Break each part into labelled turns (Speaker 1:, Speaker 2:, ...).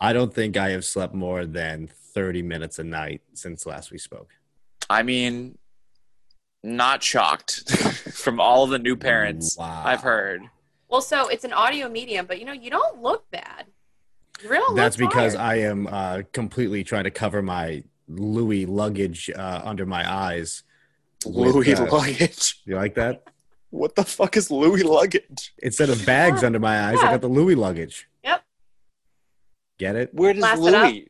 Speaker 1: I don't think I have slept more than 30 minutes a night since last we spoke.
Speaker 2: I mean, not shocked from all the new parents
Speaker 1: Wow.
Speaker 2: I've heard.
Speaker 3: Well, so it's an audio medium, but you know, you don't look bad. You really don't
Speaker 1: That's
Speaker 3: look
Speaker 1: because
Speaker 3: tired.
Speaker 1: I am uh, completely trying to cover my Louis luggage uh, under my eyes. with,
Speaker 2: Louis
Speaker 1: uh,
Speaker 2: luggage.
Speaker 1: You like that?
Speaker 2: What the fuck is Louis luggage?
Speaker 1: Instead of bags under my eyes, I
Speaker 3: Oh, Yeah.
Speaker 1: got the Louis luggage.
Speaker 3: Yep.
Speaker 1: Get it?
Speaker 2: Where does
Speaker 3: Blast it
Speaker 2: Louis?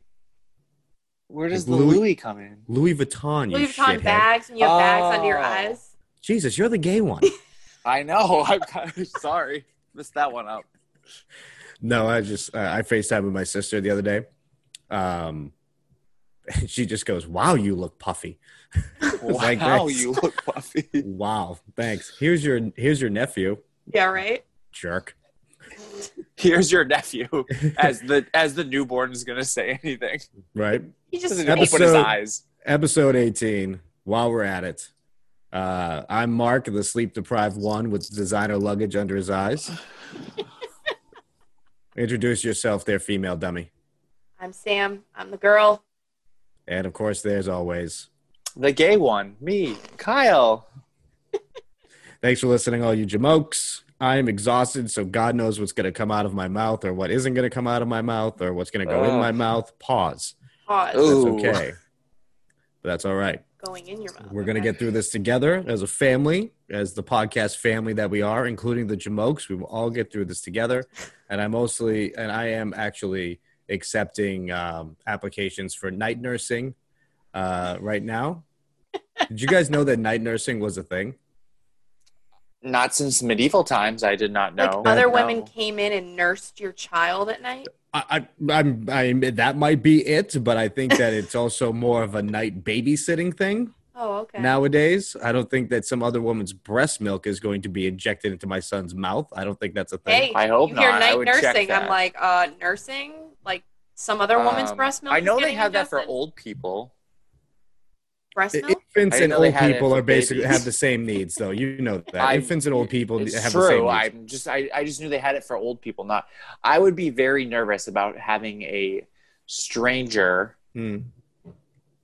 Speaker 2: Where does
Speaker 1: Like
Speaker 2: the
Speaker 1: Louis-
Speaker 2: Louis, come in?
Speaker 1: Louis Vuitton, you
Speaker 3: Louis Vuitton
Speaker 1: shithead.
Speaker 3: bags and you have bags under your
Speaker 2: Oh.
Speaker 3: eyes.
Speaker 1: Jesus, you're the gay one.
Speaker 2: I know. I'm kind of sorry. Missed that one up.
Speaker 1: no, I just uh, I FaceTime with my sister the other day. Um, she just goes, "Wow, you look puffy."
Speaker 2: Wow,
Speaker 1: Like this.
Speaker 2: you look puffy.
Speaker 1: Wow, thanks. Here's your here's your nephew,
Speaker 3: Yeah, right.
Speaker 1: jerk.
Speaker 2: Here's your nephew. As the as the newborn is gonna say anything.
Speaker 1: Right.
Speaker 3: He just
Speaker 2: Doesn't open his
Speaker 1: Episode-
Speaker 2: eyes.
Speaker 1: episode 18 while we're at it uh, i'm mark the sleep deprived one with designer luggage under his eyes introduce yourself there female dummy
Speaker 3: I'm Sam. I'm the girl.
Speaker 1: and of course there's always
Speaker 2: The gay one, me, Kyle.
Speaker 1: thanks for listening all you jamokes i am exhausted so god knows what's going to come out of my mouth or what isn't going to come out of my mouth or what's going to go in
Speaker 2: Ugh.
Speaker 1: my mouth pause
Speaker 3: Pause.
Speaker 2: Ooh.
Speaker 1: that's okay but that's all right
Speaker 3: Going in your mouth.
Speaker 1: We're going to
Speaker 3: Okay.
Speaker 1: get through this together as a family, as the podcast family that we are, including the Jamokes. We will all get through this together. And I mostly, and I am actually accepting um, applications for night nursing uh, right now. Did you guys know that night nursing was a thing?
Speaker 2: Not since medieval times I did not know.
Speaker 3: Like other
Speaker 2: No.
Speaker 3: women came in and nursed your child at night.
Speaker 1: I, I, I'm, I, that might be it, but I think that it's also more of a night babysitting thing
Speaker 3: Oh, okay.
Speaker 1: nowadays. I don't think that some other woman's breast milk is going to be injected into my son's mouth. I don't think that's a thing.
Speaker 3: hey,
Speaker 2: I hope
Speaker 3: you hear
Speaker 2: not. I
Speaker 3: night
Speaker 2: would check
Speaker 3: nursing. I'm
Speaker 2: that.
Speaker 3: like, uh, nursing? Like some other woman's
Speaker 2: Um,
Speaker 3: breast milk?
Speaker 2: I
Speaker 3: is
Speaker 2: know they
Speaker 3: getting
Speaker 2: have that for
Speaker 3: ingested?
Speaker 2: old people.
Speaker 3: breast milk.
Speaker 1: Infants
Speaker 2: I
Speaker 1: and
Speaker 2: didn't know they
Speaker 1: old
Speaker 2: had it
Speaker 1: people
Speaker 2: for
Speaker 1: are basically
Speaker 2: babies.
Speaker 1: have the same needs, though. You know that
Speaker 2: I-
Speaker 1: infants and old people
Speaker 2: It's
Speaker 1: have
Speaker 2: true.
Speaker 1: the same needs.
Speaker 2: I'm just I, I just knew they had it for old people. Not I would be very nervous about having a stranger
Speaker 1: Hmm.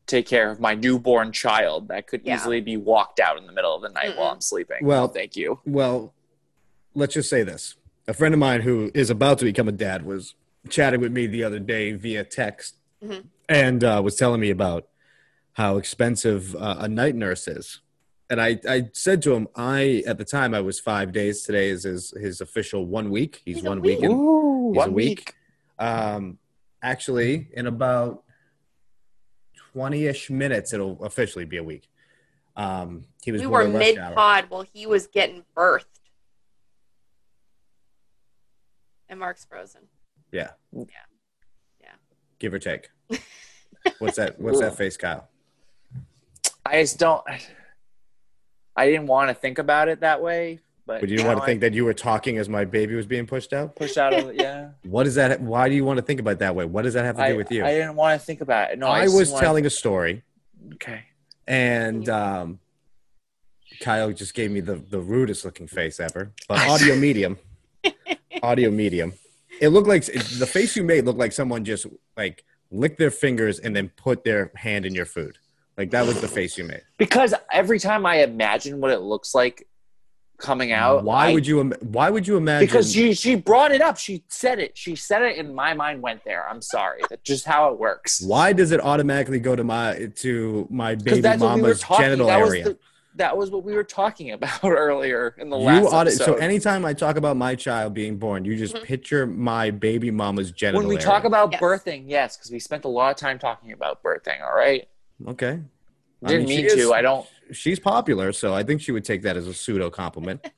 Speaker 2: take care of my newborn child that could
Speaker 3: Yeah.
Speaker 2: easily be walked out in the middle of the night while I'm sleeping.
Speaker 1: Well-
Speaker 2: No, thank you.
Speaker 1: Well, let's just say this: a friend of mine who is about to become a dad was chatting with me the other day via text,
Speaker 3: Mhm.
Speaker 1: and uh, was telling me about how expensive uh, a night nurse is. And I, I said to him, I at the time I was five days. Today is his, his official one week. He's,
Speaker 3: He's a
Speaker 1: one
Speaker 3: week.
Speaker 1: week. in.
Speaker 2: Ooh,
Speaker 1: He's a week. Um, actually, in about 20 ish minutes, it'll officially be a week. Um, he was
Speaker 3: We were
Speaker 1: born in rush
Speaker 3: mid
Speaker 1: hour.
Speaker 3: pod while he was getting birthed. And Mark's frozen.
Speaker 1: Yeah.
Speaker 2: Yeah.
Speaker 3: Yeah.
Speaker 1: Give or take. What's that? What's that face, Kyle?
Speaker 2: I just don't. I didn't want to think about it that way, but
Speaker 1: But you
Speaker 2: now
Speaker 1: want to
Speaker 2: I
Speaker 1: think that you were talking as my baby was being pushed out?
Speaker 2: push out of yeah.
Speaker 1: What is that? Why do you want to think about it that way? What does that have to
Speaker 2: I,
Speaker 1: do with you?
Speaker 2: I didn't want to think about it. No, I,
Speaker 1: I
Speaker 2: just
Speaker 1: was
Speaker 2: wanna-
Speaker 1: telling a story,
Speaker 2: Okay.
Speaker 1: and um, Kyle just gave me the, the rudest looking face ever. But audio medium, audio medium. It looked like the face you made looked like someone just like licked their fingers and then put their hand in your food. Like that was the face you made.
Speaker 2: Because every time I imagine what it looks like coming out,
Speaker 1: Why
Speaker 2: I-
Speaker 1: would you? Im- why would you imagine?
Speaker 2: Because she she brought it up. She said it. She said it, and my mind went there. I'm sorry. That's just how it works.
Speaker 1: Why does it automatically go to my to my baby
Speaker 2: Because that's what we were
Speaker 1: mama's
Speaker 2: talking.
Speaker 1: genital
Speaker 2: that
Speaker 1: area?
Speaker 2: was the, that was what we were talking about earlier in the
Speaker 1: you
Speaker 2: last
Speaker 1: audit,
Speaker 2: episode. Mm-hmm.
Speaker 1: so anytime I talk about my child being born, you just
Speaker 3: Mhm.
Speaker 1: picture my baby mama's genital.
Speaker 2: when we
Speaker 1: area.
Speaker 2: talk about
Speaker 3: Yes.
Speaker 2: birthing, yes, because we spent a lot of time talking about birthing. All right,
Speaker 1: okay, I
Speaker 2: didn't
Speaker 1: mean,
Speaker 2: mean,
Speaker 1: she is-
Speaker 2: to. I don't.
Speaker 1: she's popular, so I think she would take that as a pseudo compliment.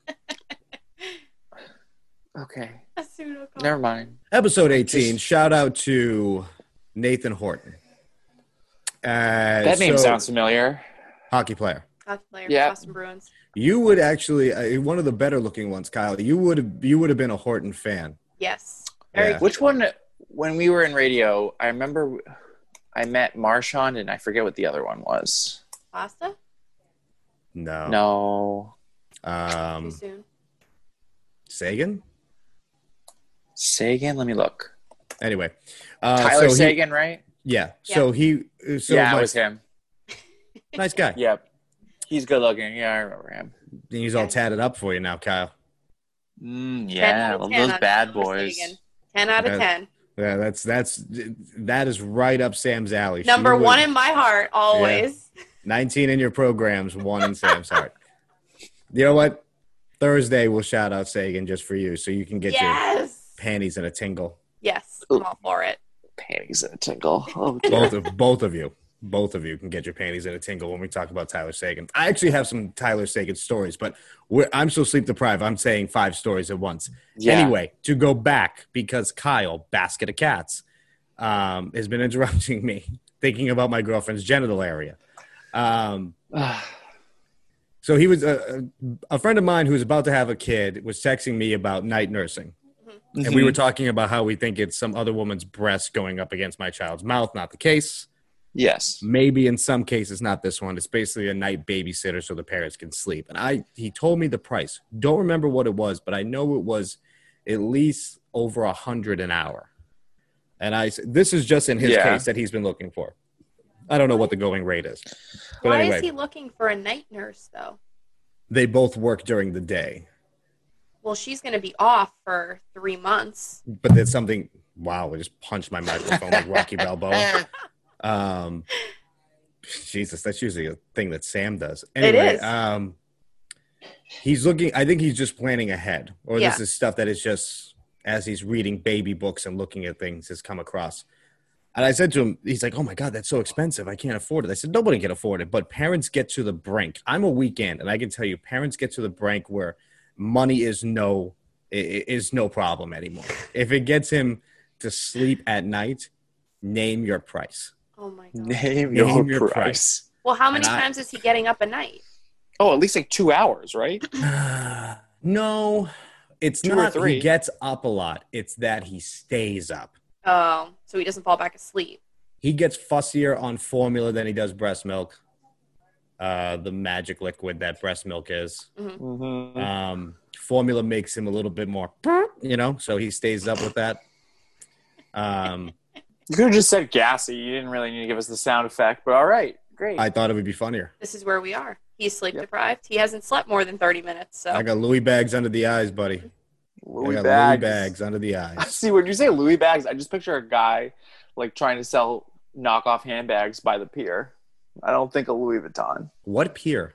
Speaker 2: Okay,
Speaker 3: A pseudo call.
Speaker 2: never mind.
Speaker 1: Episode eighteen.
Speaker 2: Just-
Speaker 1: Shout out to Nathan Horton. Uh,
Speaker 2: That name
Speaker 1: so-
Speaker 2: sounds familiar.
Speaker 1: hockey player.
Speaker 3: Hockey player,
Speaker 2: Yeah.
Speaker 3: Boston Bruins.
Speaker 1: You would actually uh, one of the better looking ones, Kyle. You would you would have been a Horton fan.
Speaker 3: Yes.
Speaker 1: Yeah.
Speaker 3: Very
Speaker 1: Like,
Speaker 2: Which one? When we were in radio, I remember I met Marshawn, and I forget what the other one was.
Speaker 3: pasta?
Speaker 2: Oh.
Speaker 1: No,
Speaker 2: No,
Speaker 3: Too
Speaker 1: Um,
Speaker 3: soon.
Speaker 1: Sagan.
Speaker 2: say again. Let me look.
Speaker 1: Anyway, uh,
Speaker 2: Tyler
Speaker 1: so he,
Speaker 2: Sagan, right?
Speaker 1: yeah. So he, uh, so
Speaker 2: yeah,
Speaker 1: my-
Speaker 2: it was him.
Speaker 1: nice guy.
Speaker 2: Yep. He's good looking. Yeah, I remember him.
Speaker 1: He's all
Speaker 3: Yeah.
Speaker 1: tatted up for you now, Kyle.
Speaker 2: Mm,
Speaker 3: 10 out
Speaker 2: yeah,
Speaker 3: of
Speaker 2: love
Speaker 3: 10
Speaker 2: those
Speaker 3: on
Speaker 2: bad
Speaker 3: Tyler
Speaker 2: boys.
Speaker 3: Sagan. 10 out of
Speaker 1: Yeah.
Speaker 3: 10.
Speaker 1: Yeah, that's that's that is right up Sam's alley. She
Speaker 3: Number
Speaker 1: would-
Speaker 3: one in my heart, always.
Speaker 1: 19 in your programs, one in Sam's heart. You know what? Thursday we'll shout out Sagan just for you, so you can get your
Speaker 3: yes.
Speaker 1: panties in a tingle.
Speaker 3: Yes. I'm all for it.
Speaker 2: Panties in a tingle. Oh, dear.
Speaker 1: Both of both of you, both of you can get your panties in a tingle when we talk about Tyler Sagan. I actually have some Tyler Sagan stories, but we're, I'm so sleep deprived. I'm saying five stories at once.
Speaker 2: yeah.
Speaker 1: Anyway, to go back because Kyle, basket of cats, um, has been interrupting me, thinking about my girlfriend's genital area. Um, so he was a, a friend of mine who was about to have a kid was texting me about night nursing, and
Speaker 2: Mm-hmm.
Speaker 1: we were talking about how we think it's some other woman's breast going up against my child's mouth. Not the case.
Speaker 2: yes.
Speaker 1: Maybe in some cases, not this one. It's basically a night babysitter so the parents can sleep. And I, he told me the price. Don't remember what it was, but I know it was at least over a hundred an hour. And I, s- this is just in his
Speaker 2: Yeah.
Speaker 1: case that he's been looking for. I don't know what the going rate is, but
Speaker 3: Why
Speaker 1: anyway,
Speaker 3: is he looking for a night nurse, though?
Speaker 1: they both work during the day.
Speaker 3: Well, she's going to be off for three months.
Speaker 1: but there's something wow i just punched my microphone like rocky balboa
Speaker 2: Eh.
Speaker 1: um jesus that's usually a thing that sam does
Speaker 3: It
Speaker 1: anyway
Speaker 3: is.
Speaker 1: um he's looking i think he's just planning ahead or this
Speaker 3: Yeah.
Speaker 1: is stuff that is just as he's reading baby books and looking at things has come across and i said to him he's like oh my god that's so expensive i can't afford it i said nobody can afford it but parents get to the brink i'm a weekend and i can tell you parents get to the brink where money is no i- i- is no problem anymore if it gets him to sleep at night name your price
Speaker 3: Oh, my God.
Speaker 1: Name
Speaker 2: Name
Speaker 1: your
Speaker 2: your
Speaker 1: price.
Speaker 2: price.
Speaker 3: Well, how many
Speaker 1: And I-
Speaker 3: times is he getting up a night?
Speaker 2: Oh, at least like two hours, right?
Speaker 1: Uh, no, it's
Speaker 2: Two or
Speaker 1: not. He
Speaker 2: three.
Speaker 1: gets up a lot. It's that he stays up.
Speaker 3: Oh, so he doesn't fall back asleep.
Speaker 1: He gets fussier on formula than he does breast milk. Uh, the magic liquid that breast milk is.
Speaker 2: Mm-hmm.
Speaker 1: Um, formula makes him a little bit more, you know, so he stays up with that. Um,
Speaker 2: you could have just said gassy. You didn't really need to give us the sound effect, but all right. Great.
Speaker 1: I thought it would be funnier.
Speaker 3: This is where we are. He's sleep
Speaker 2: Yep.
Speaker 3: deprived. He hasn't slept more than 30 minutes. So,
Speaker 1: I got Louis bags under the eyes, buddy. I
Speaker 2: Louis
Speaker 1: got
Speaker 2: bags.
Speaker 1: Louis bags under the eyes.
Speaker 2: See, when you say Louis bags, I just picture a guy like trying to sell knockoff handbags by the pier. I don't think a Louis Vuitton.
Speaker 1: What pier?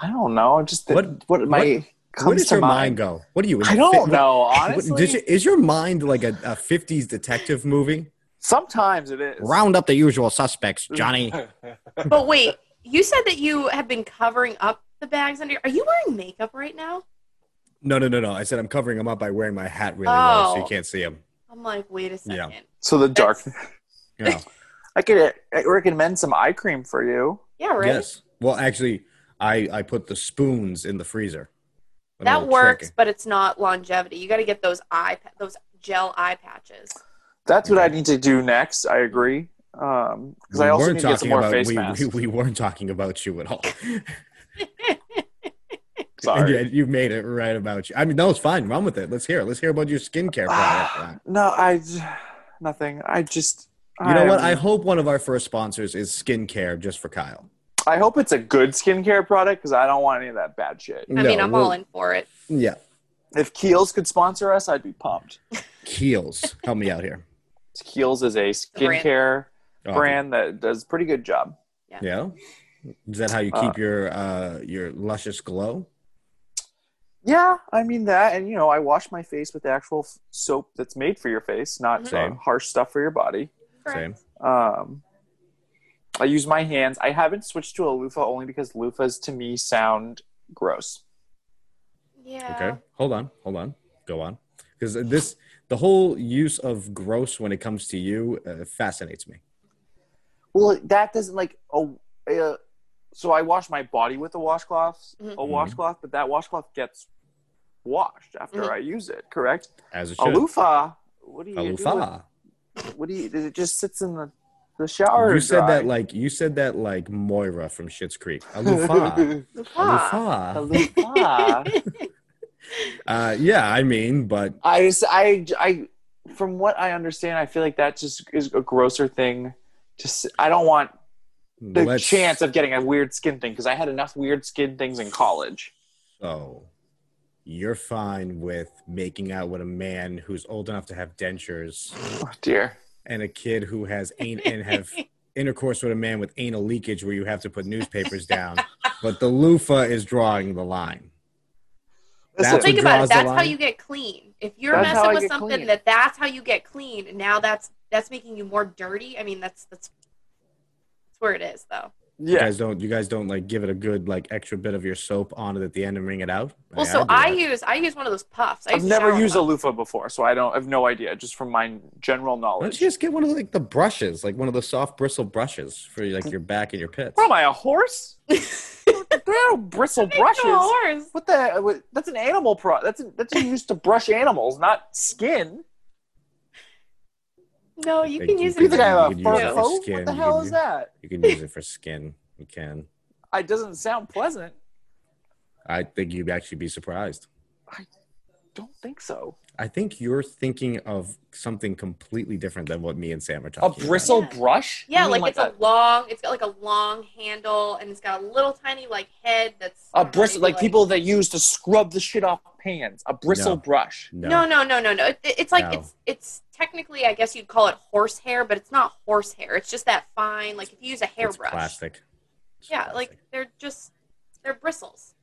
Speaker 2: I don't know. Just the,
Speaker 1: What-
Speaker 2: what? What my comes
Speaker 1: Where does
Speaker 2: to
Speaker 1: your mind
Speaker 2: mind?
Speaker 1: go? What are you? in
Speaker 2: I
Speaker 1: the
Speaker 2: don't
Speaker 1: fi-
Speaker 2: know.
Speaker 1: What-
Speaker 2: Honestly,
Speaker 1: does- is your mind like a, a 50s detective movie?
Speaker 2: sometimes it is.
Speaker 1: Round up the usual suspects, Johnny.
Speaker 3: but wait, you said that you have been covering up the bags under. Are you wearing makeup right now?
Speaker 1: No, no, no, no. I said I'm covering him up by wearing my hat really low so you
Speaker 3: Oh.
Speaker 1: can't see him.
Speaker 3: I'm like, wait a
Speaker 1: Yeah.
Speaker 3: second.
Speaker 2: so the dark.
Speaker 1: Yeah.
Speaker 2: I could I recommend some eye cream for you.
Speaker 3: Yeah, right.
Speaker 1: Yes. Well, actually, I, I put the spoons in the freezer. When I
Speaker 3: that
Speaker 1: was
Speaker 3: works,
Speaker 1: drinking.
Speaker 3: but it's not longevity. You got to get those eye pa- those gel eye patches.
Speaker 2: That's what
Speaker 1: Okay.
Speaker 2: I need to do next. I agree. Because I also need to get some more
Speaker 1: about
Speaker 2: face
Speaker 1: we,
Speaker 2: masks.
Speaker 1: we, we weren't talking about you at all. And
Speaker 2: Sorry.
Speaker 1: yet you made it right about you. I mean, no, it's fine. Run with it. Let's hear. It. Let's hear about your skincare
Speaker 2: Ah,
Speaker 1: product.
Speaker 2: no, I j- nothing. I just
Speaker 1: you know what? I
Speaker 2: I'm-
Speaker 1: hope one of our first sponsors is skincare just for Kyle.
Speaker 2: I hope it's a good skincare product because I don't want any of that bad shit.
Speaker 3: I mean, I'm
Speaker 1: all
Speaker 3: all in for it.
Speaker 1: Yeah.
Speaker 2: If Kiehl's could sponsor us, I'd be pumped.
Speaker 1: Keels, help me out here.
Speaker 2: Kiehl's is a skincare
Speaker 1: Oh,
Speaker 2: brand that does a pretty good job.
Speaker 1: Yeah. Is that how you keep your uh your luscious glow?
Speaker 2: Yeah, I mean that, and you know, I wash my face with actual f- soap that's made for your face, not uh,
Speaker 1: Same.
Speaker 2: harsh stuff for your body.
Speaker 3: Correct.
Speaker 2: Um, I use my hands. I haven't switched to a loofah only because loofahs to me sound gross.
Speaker 3: Yeah.
Speaker 1: Okay. Hold on. Hold on. Go on. Cuz this the whole use of gross when it comes to you uh, fascinates me.
Speaker 2: Well, that doesn't like oh, uh, so I wash my body with a washcloth,
Speaker 3: Mhm.
Speaker 2: a washcloth, but that washcloth gets washed after
Speaker 3: Mhm.
Speaker 2: I use it. Correct?
Speaker 1: As it
Speaker 2: A
Speaker 1: should.
Speaker 2: loofah. What do you
Speaker 1: A
Speaker 2: do
Speaker 1: loofah.
Speaker 2: with- What do you? It just sits in the the shower.
Speaker 1: You said that
Speaker 2: dry.
Speaker 1: like you said that like Moira from Schitt's Creek. A loofah. A
Speaker 3: Loofah.
Speaker 2: a
Speaker 1: loofah.
Speaker 2: loofah.
Speaker 1: Uh, yeah, I mean, but
Speaker 2: I just I I from what I understand, I feel like that just is a grosser thing. Just I don't want the
Speaker 1: Let's-
Speaker 2: chance of getting a weird skin thing because I had enough weird skin things in college.
Speaker 1: So you're fine with making out with a man who's old enough to have dentures
Speaker 2: Oh dear.
Speaker 1: and a kid who has an- and have intercourse with a man with anal leakage where you have to put newspapers down. But the loofah is drawing the line. That's
Speaker 2: Listen,
Speaker 1: what
Speaker 3: Think about
Speaker 1: draws
Speaker 3: it.
Speaker 1: the
Speaker 3: That's how
Speaker 1: line.
Speaker 3: you get clean. If you're
Speaker 2: That's how I
Speaker 3: messing with
Speaker 2: get
Speaker 3: something
Speaker 2: clean.
Speaker 3: that that's how you get clean, and now that's that's making you more dirty. I mean, that's that's that's where it is, though.
Speaker 1: You
Speaker 2: yeah.
Speaker 1: guys don't you guys don't like give it a good like extra bit of your soap on it at the end and wring it out?
Speaker 3: Well,
Speaker 1: Hey,
Speaker 3: so
Speaker 1: do
Speaker 3: I
Speaker 1: that.
Speaker 3: use I use one of those puffs. I
Speaker 2: I've
Speaker 3: used a
Speaker 2: never
Speaker 3: shower
Speaker 2: used a
Speaker 3: puff.
Speaker 2: loofah before, so I don't I have no idea. Just from my general
Speaker 1: Why don't
Speaker 2: knowledge.
Speaker 1: you just get one of like the brushes, like one of the soft bristle brushes for like your back and your pits?
Speaker 2: What am I, a horse? there are no bristle brushes.
Speaker 3: No horse.
Speaker 2: What the? What, that's an animal pro. That's that's used to brush animals, not skin.
Speaker 3: No, you
Speaker 1: They
Speaker 3: can
Speaker 1: do
Speaker 3: use
Speaker 1: do
Speaker 2: You
Speaker 3: it.
Speaker 2: think I have a
Speaker 1: You
Speaker 2: fur
Speaker 1: can use it
Speaker 2: coat?
Speaker 1: for skin,
Speaker 2: What
Speaker 1: you
Speaker 2: the
Speaker 1: can
Speaker 2: hell is
Speaker 1: use-
Speaker 2: that?
Speaker 1: You can use it for skin. You can.
Speaker 2: It doesn't sound pleasant.
Speaker 1: I think you'd actually be surprised.
Speaker 2: Don't think so.
Speaker 1: I think you're thinking of something completely different than what me and Sam are
Speaker 2: A
Speaker 1: talking
Speaker 2: bristle
Speaker 3: Yeah.
Speaker 2: brush?
Speaker 3: Yeah,
Speaker 2: You mean
Speaker 3: like, it's a long. It's got like a long handle, and it's got a little tiny like head that's
Speaker 2: a, a bristle,
Speaker 3: maybe,
Speaker 2: like people that use to scrub the shit off pans. A bristle
Speaker 1: No.
Speaker 2: brush.
Speaker 1: about.
Speaker 3: No, no, no, no, no. It, it's like
Speaker 1: No.
Speaker 3: it's it's technically I guess you'd call it horse hair, but it's not horse hair. It's just that fine. Like if you use a
Speaker 1: it's
Speaker 3: hairbrush,
Speaker 1: plastic. It's
Speaker 3: yeah,
Speaker 1: plastic.
Speaker 3: like they're just they're bristles.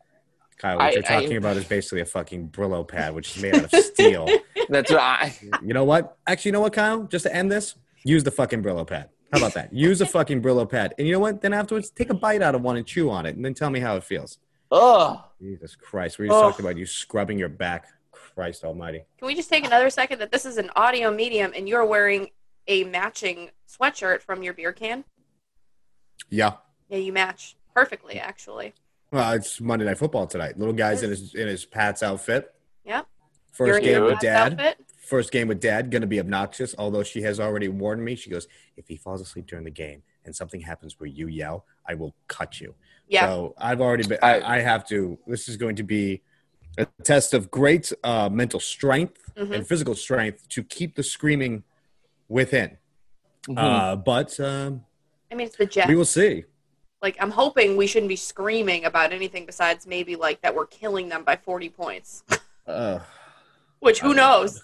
Speaker 1: Kyle, what
Speaker 2: I-
Speaker 1: you're
Speaker 2: I-
Speaker 1: talking about is basically a fucking Brillo pad, which is made out of steel.
Speaker 2: That's what I.
Speaker 1: you know what? Actually, you know what, Kyle? Just to end this, use the fucking Brillo pad. How about that? Use a fucking Brillo pad, and you know what? Then afterwards, take a bite out of one and chew on it, and then tell me how it feels.
Speaker 2: Ugh.
Speaker 1: Jesus Christ, we were just
Speaker 2: Ugh.
Speaker 1: talking about you scrubbing your back. Christ Almighty.
Speaker 3: Can we just take another second that this is an audio medium and you're wearing a matching sweatshirt from your beer can?
Speaker 1: Yeah.
Speaker 3: Yeah, you match perfectly actually.
Speaker 1: Well, it's Monday Night Football tonight. Little guy's in his in his Pat's outfit.
Speaker 3: Yep.
Speaker 1: 1st
Speaker 3: you're in
Speaker 1: game
Speaker 3: your
Speaker 1: with
Speaker 3: dad's
Speaker 1: dad.
Speaker 3: outfit.
Speaker 1: First game with dad. Gonna be obnoxious. Although she has already warned me. She goes, if he falls asleep during the game and something happens where you yell, I will cut you.
Speaker 3: Yeah.
Speaker 1: So I've already been.
Speaker 2: I-
Speaker 1: I, I have to. This is going to be a test of great uh, mental strength
Speaker 3: Mhm.
Speaker 1: and physical strength to keep the screaming within.
Speaker 2: Mm-hmm.
Speaker 1: Uh, but um,
Speaker 3: I mean, it's the Jets.
Speaker 1: we will see.
Speaker 3: like, I'm hoping we shouldn't be screaming about anything besides maybe like that we're killing them by 40 points,
Speaker 1: Uh,
Speaker 3: which who
Speaker 1: Oh,
Speaker 3: knows?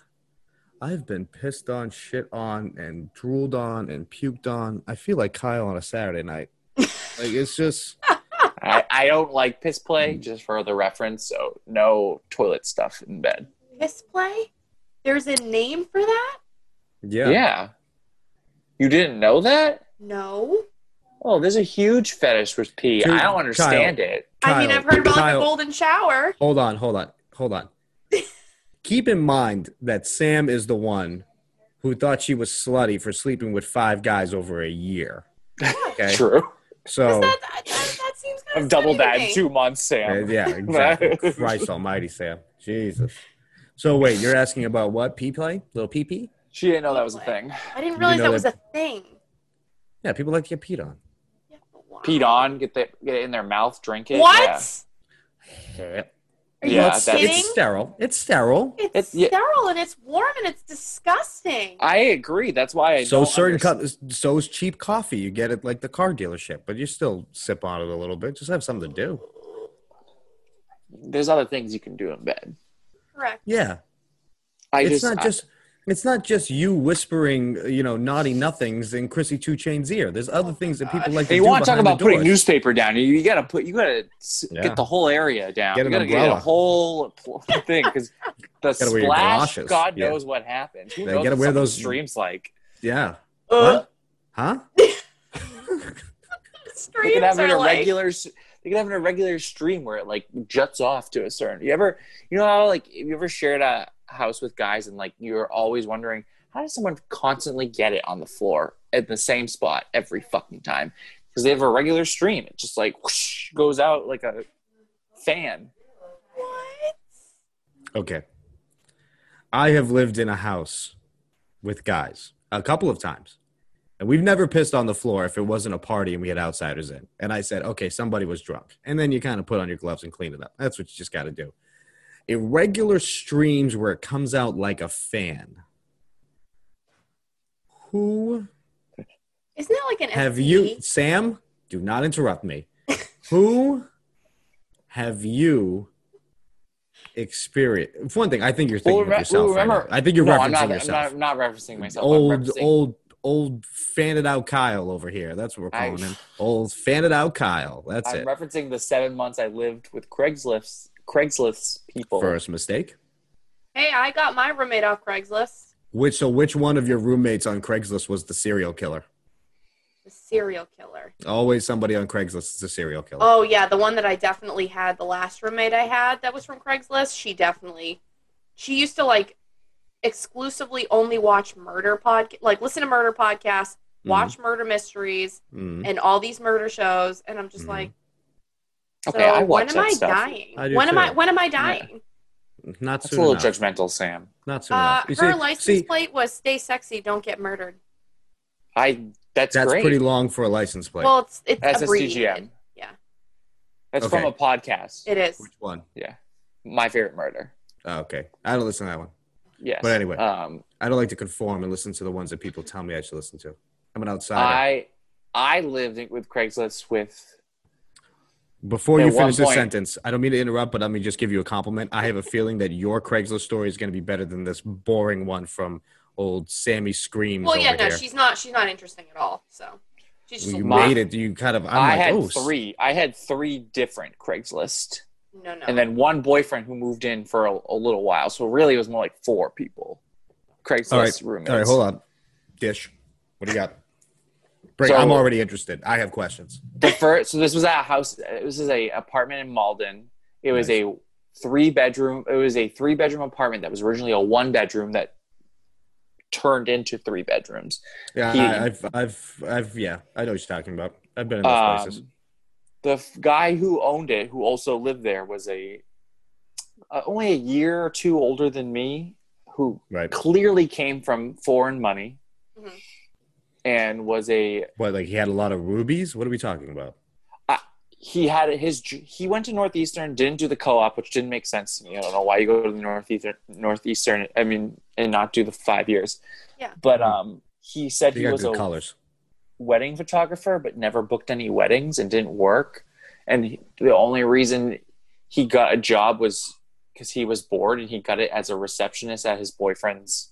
Speaker 1: I've been pissed on, shit on, and drooled on, and puked on. I feel like Kyle on a Saturday night. like it's just
Speaker 2: I, I don't like piss play,
Speaker 1: Mm.
Speaker 2: just for the reference. So no toilet stuff in bed.
Speaker 3: Piss play? There's a name for that?
Speaker 1: yeah.
Speaker 2: Yeah. You didn't know that?
Speaker 3: No.
Speaker 2: Oh, there's a huge fetish with pee.
Speaker 1: Dude,
Speaker 2: I don't understand it.
Speaker 3: I mean,
Speaker 1: Kyle,
Speaker 3: I've heard about like, the
Speaker 1: Kyle,
Speaker 3: golden shower.
Speaker 1: Hold on, hold on, hold on. Keep in mind that Sam is the one who thought she was slutty for sleeping with five guys over a year. Okay,
Speaker 2: True.
Speaker 1: so
Speaker 3: Does that, that, that seems kind
Speaker 2: I've
Speaker 3: of
Speaker 2: doubled that
Speaker 3: me.
Speaker 2: in two months,
Speaker 1: uh,
Speaker 2: Sam.
Speaker 1: yeah, exactly. Christ Almighty, Sam, Jesus. So wait, you're asking about what pee play? Little pee pee?
Speaker 2: She didn't know that was a thing.
Speaker 3: I didn't
Speaker 1: You
Speaker 3: realize
Speaker 1: know
Speaker 3: that was a
Speaker 1: that-
Speaker 3: thing.
Speaker 1: Yeah, people like to get peed on.
Speaker 3: Yeah, but why?
Speaker 2: Peed on, get that, get it in their mouth, drink it.
Speaker 3: What?
Speaker 2: Yeah. Yeah,
Speaker 1: Well, it's,
Speaker 2: that's-
Speaker 1: it's sterile. It's sterile.
Speaker 3: It's
Speaker 2: It- yeah.
Speaker 3: sterile and it's warm and it's disgusting.
Speaker 2: I agree. That's why I
Speaker 1: so
Speaker 2: don't
Speaker 1: certain
Speaker 2: understand.
Speaker 1: co- so's cheap coffee you get it like the car dealership but you still sip on it a little bit just have something to do
Speaker 2: There's other things you can do in bed.
Speaker 3: Correct.
Speaker 1: yeah
Speaker 2: I
Speaker 1: it's
Speaker 2: just,
Speaker 1: not just it's not just you whispering you know naughty nothings in chrissy two chain's ear there's other things that people like
Speaker 2: Uh,
Speaker 1: to
Speaker 2: Hey, you
Speaker 1: do
Speaker 2: want to talk
Speaker 1: behind the
Speaker 2: about putting
Speaker 1: doors.
Speaker 2: newspaper down? You, you gotta put. You gotta s
Speaker 1: Yeah.
Speaker 2: get the whole area down.
Speaker 1: Get
Speaker 2: you
Speaker 1: an
Speaker 2: gotta get a
Speaker 1: umbrella.
Speaker 2: whole pl- thing because the
Speaker 1: Gotta wear your
Speaker 2: splash.
Speaker 1: galoshes.
Speaker 2: God
Speaker 1: Yeah.
Speaker 2: knows what happened. Who
Speaker 1: Yeah,
Speaker 2: knows
Speaker 1: gotta
Speaker 2: what
Speaker 1: wear
Speaker 2: some of the
Speaker 1: those-
Speaker 2: streams like.
Speaker 1: yeah
Speaker 3: Uh,
Speaker 1: huh
Speaker 2: They could
Speaker 3: streams
Speaker 2: have an
Speaker 3: are like
Speaker 2: irregular. s- They could have an irregular stream where it like juts off to a certain. You ever, you know how like you ever shared a house with guys and like you're always wondering how does someone constantly get it on the floor at the same spot every fucking time because they have a regular stream. It just like whoosh, goes out like a fan.
Speaker 3: what?
Speaker 1: okay i have lived in a house with guys a couple of times and we've never pissed on the floor if it wasn't a party and we had outsiders in and i said okay somebody was drunk and then you kind of put on your gloves and clean it up that's what you just got to do irregular streams where it comes out like a fan Who
Speaker 3: Isn't that like an
Speaker 1: have
Speaker 3: STD?
Speaker 1: you, Sam? Do not interrupt me. Who have you experienced? One thing, I think you're thinking
Speaker 2: Well,
Speaker 1: of
Speaker 2: re-
Speaker 1: yourself. right
Speaker 2: well,
Speaker 1: now.
Speaker 2: remember-
Speaker 1: I think you're
Speaker 2: no,
Speaker 1: referencing
Speaker 2: I'm not,
Speaker 1: yourself.
Speaker 2: I'm not, I'm not referencing myself. I'm
Speaker 1: old,
Speaker 2: referencing,
Speaker 1: old, old, fanned out Kyle over here. That's what we're
Speaker 2: I-
Speaker 1: calling him. Old, fanned out Kyle. That's
Speaker 2: I'm
Speaker 1: it.
Speaker 2: referencing the seven months I lived with Craigslist Craigslist people.
Speaker 1: First mistake.
Speaker 3: Hey, I got my roommate off Craigslist.
Speaker 1: Which so which one of your roommates on Craigslist was the serial killer?
Speaker 3: The serial killer.
Speaker 1: Always somebody on Craigslist is a serial killer.
Speaker 3: Oh yeah, the one that I definitely had, the last roommate I had that was from Craigslist, she definitely she used to like exclusively only watch murder pod like listen to murder podcasts,
Speaker 1: Mhm.
Speaker 3: watch murder mysteries
Speaker 1: Mhm.
Speaker 3: and all these murder shows and I'm just
Speaker 1: Mhm.
Speaker 3: like so
Speaker 2: Okay, I watch
Speaker 3: when am
Speaker 2: that
Speaker 3: I
Speaker 2: stuff.
Speaker 3: dying?
Speaker 1: I do
Speaker 3: when am I
Speaker 1: too.
Speaker 3: when am I dying?
Speaker 1: Not
Speaker 2: That's a
Speaker 1: soon
Speaker 2: little
Speaker 1: enough.
Speaker 2: judgmental, Sam.
Speaker 1: Not soon
Speaker 3: Uh,
Speaker 1: enough. You
Speaker 3: her
Speaker 1: see-
Speaker 3: license
Speaker 1: see,
Speaker 3: plate was stay sexy, don't get murdered.
Speaker 2: I that's,
Speaker 1: that's
Speaker 2: great.
Speaker 1: pretty long for a license plate.
Speaker 3: well, it's it's
Speaker 2: That's
Speaker 3: abbreviated.
Speaker 2: SSDGM.
Speaker 3: Yeah.
Speaker 2: That's
Speaker 1: Okay.
Speaker 2: from a podcast.
Speaker 3: It is.
Speaker 1: Which one?
Speaker 2: My favorite murder.
Speaker 1: Oh, okay, I don't listen to that one.
Speaker 2: Yes.
Speaker 1: But anyway.
Speaker 2: um,
Speaker 1: I don't like to conform and listen to the ones that people tell me I should listen to. I'm an outsider.
Speaker 2: I I lived with Craigslist with
Speaker 1: Before
Speaker 2: At
Speaker 1: you
Speaker 2: one
Speaker 1: finish this
Speaker 2: point-
Speaker 1: sentence, I don't mean to interrupt, but let me just give you a compliment. I have a feeling that your Craigslist story is going to be better than this boring one from old Sammy Screams.
Speaker 3: Well, yeah,
Speaker 1: over
Speaker 3: no,
Speaker 1: here.
Speaker 3: she's not. She's not interesting at all. So she's just
Speaker 1: you
Speaker 3: a
Speaker 2: My-
Speaker 1: made it. You kind of. I'm
Speaker 2: i
Speaker 1: like,
Speaker 2: had
Speaker 1: oh, s-
Speaker 2: three. I had three different Craigslist,
Speaker 3: no, no.
Speaker 2: and then one boyfriend who moved in for a, a little while. So really, it was more like four people. Craigslist
Speaker 1: All right.
Speaker 2: roommates.
Speaker 1: All right, hold on. Dish, what do you got? Bring,
Speaker 2: So-
Speaker 1: I'm already interested. I have questions.
Speaker 2: The first, so this was at a house. This is a apartment in Malden. It was a three bedroom. It was a three bedroom apartment that was originally a one bedroom that turned into three bedrooms.
Speaker 1: Yeah,
Speaker 2: He-
Speaker 1: I, I've, I've, I've, yeah, I know what you're talking about. I've been in those places.
Speaker 2: Um, the f- guy who owned it, who also lived there, was a uh, only a year or two older than me, who
Speaker 1: Right.
Speaker 2: clearly came from foreign money
Speaker 3: Mhm.
Speaker 2: and was a
Speaker 1: What, like he had a lot of rubies? What are we talking about?
Speaker 2: he had his he went to northeastern didn't do the co-op which didn't make sense to me i don't know why you go to the northeastern northeastern i mean and not do the five years
Speaker 3: Yeah.
Speaker 2: but um he said
Speaker 1: You
Speaker 2: he
Speaker 1: got
Speaker 2: was
Speaker 1: good
Speaker 2: a
Speaker 1: colors.
Speaker 2: wedding photographer but never booked any weddings and didn't work and he- the only reason he got a job was because he was bored and he got it as a receptionist at his boyfriend's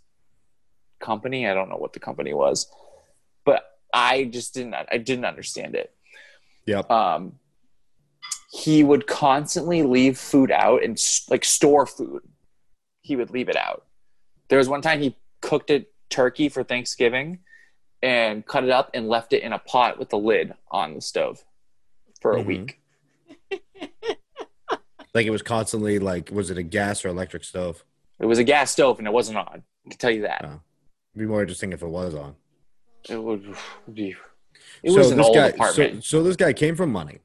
Speaker 2: company i don't know what the company was but i just didn't i didn't understand it
Speaker 1: Yep.
Speaker 2: um, he would constantly leave food out and s- like store food. He would leave it out. There was one time he cooked a turkey for Thanksgiving and cut it up and left it in a pot with the lid on the stove for a
Speaker 1: Mhm.
Speaker 2: week.
Speaker 1: Like it was constantly like, was it a gas or electric stove?
Speaker 2: It was a gas stove and it wasn't on. I can tell you that.
Speaker 1: Oh. It'd be more interesting if it was on.
Speaker 2: It would be. It was an
Speaker 1: this
Speaker 2: old
Speaker 1: guy,
Speaker 2: apartment,
Speaker 1: So, so this guy came from money,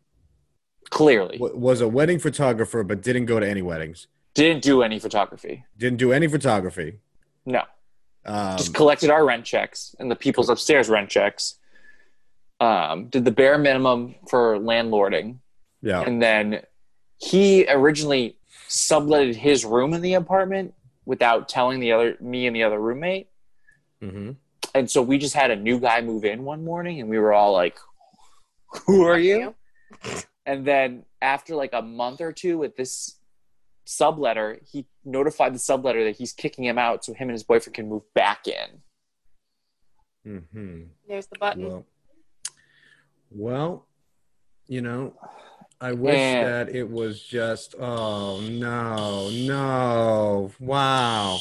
Speaker 2: clearly.
Speaker 1: w- was a wedding photographer, but didn't go to any weddings,
Speaker 2: Didn't do any photography.
Speaker 1: didn't do any photography.
Speaker 2: No.
Speaker 1: Um,
Speaker 2: just collected our rent checks and the people's upstairs rent checks. Um, did the bare minimum for landlording,
Speaker 1: yeah,
Speaker 2: and then he originally subletted his room in the apartment without telling the other me and the other roommate.
Speaker 1: hmm
Speaker 2: And so we just had a new guy move in one morning, and we were all like, "Who are you?" And then after like a month or two with this subletter, he notified the subletter that he's kicking him out, so him and his boyfriend can move back in.
Speaker 1: hmm
Speaker 3: There's the button.
Speaker 1: Well, well, you know, I wish
Speaker 2: Man.
Speaker 1: that it was just. Oh no, no! Wow.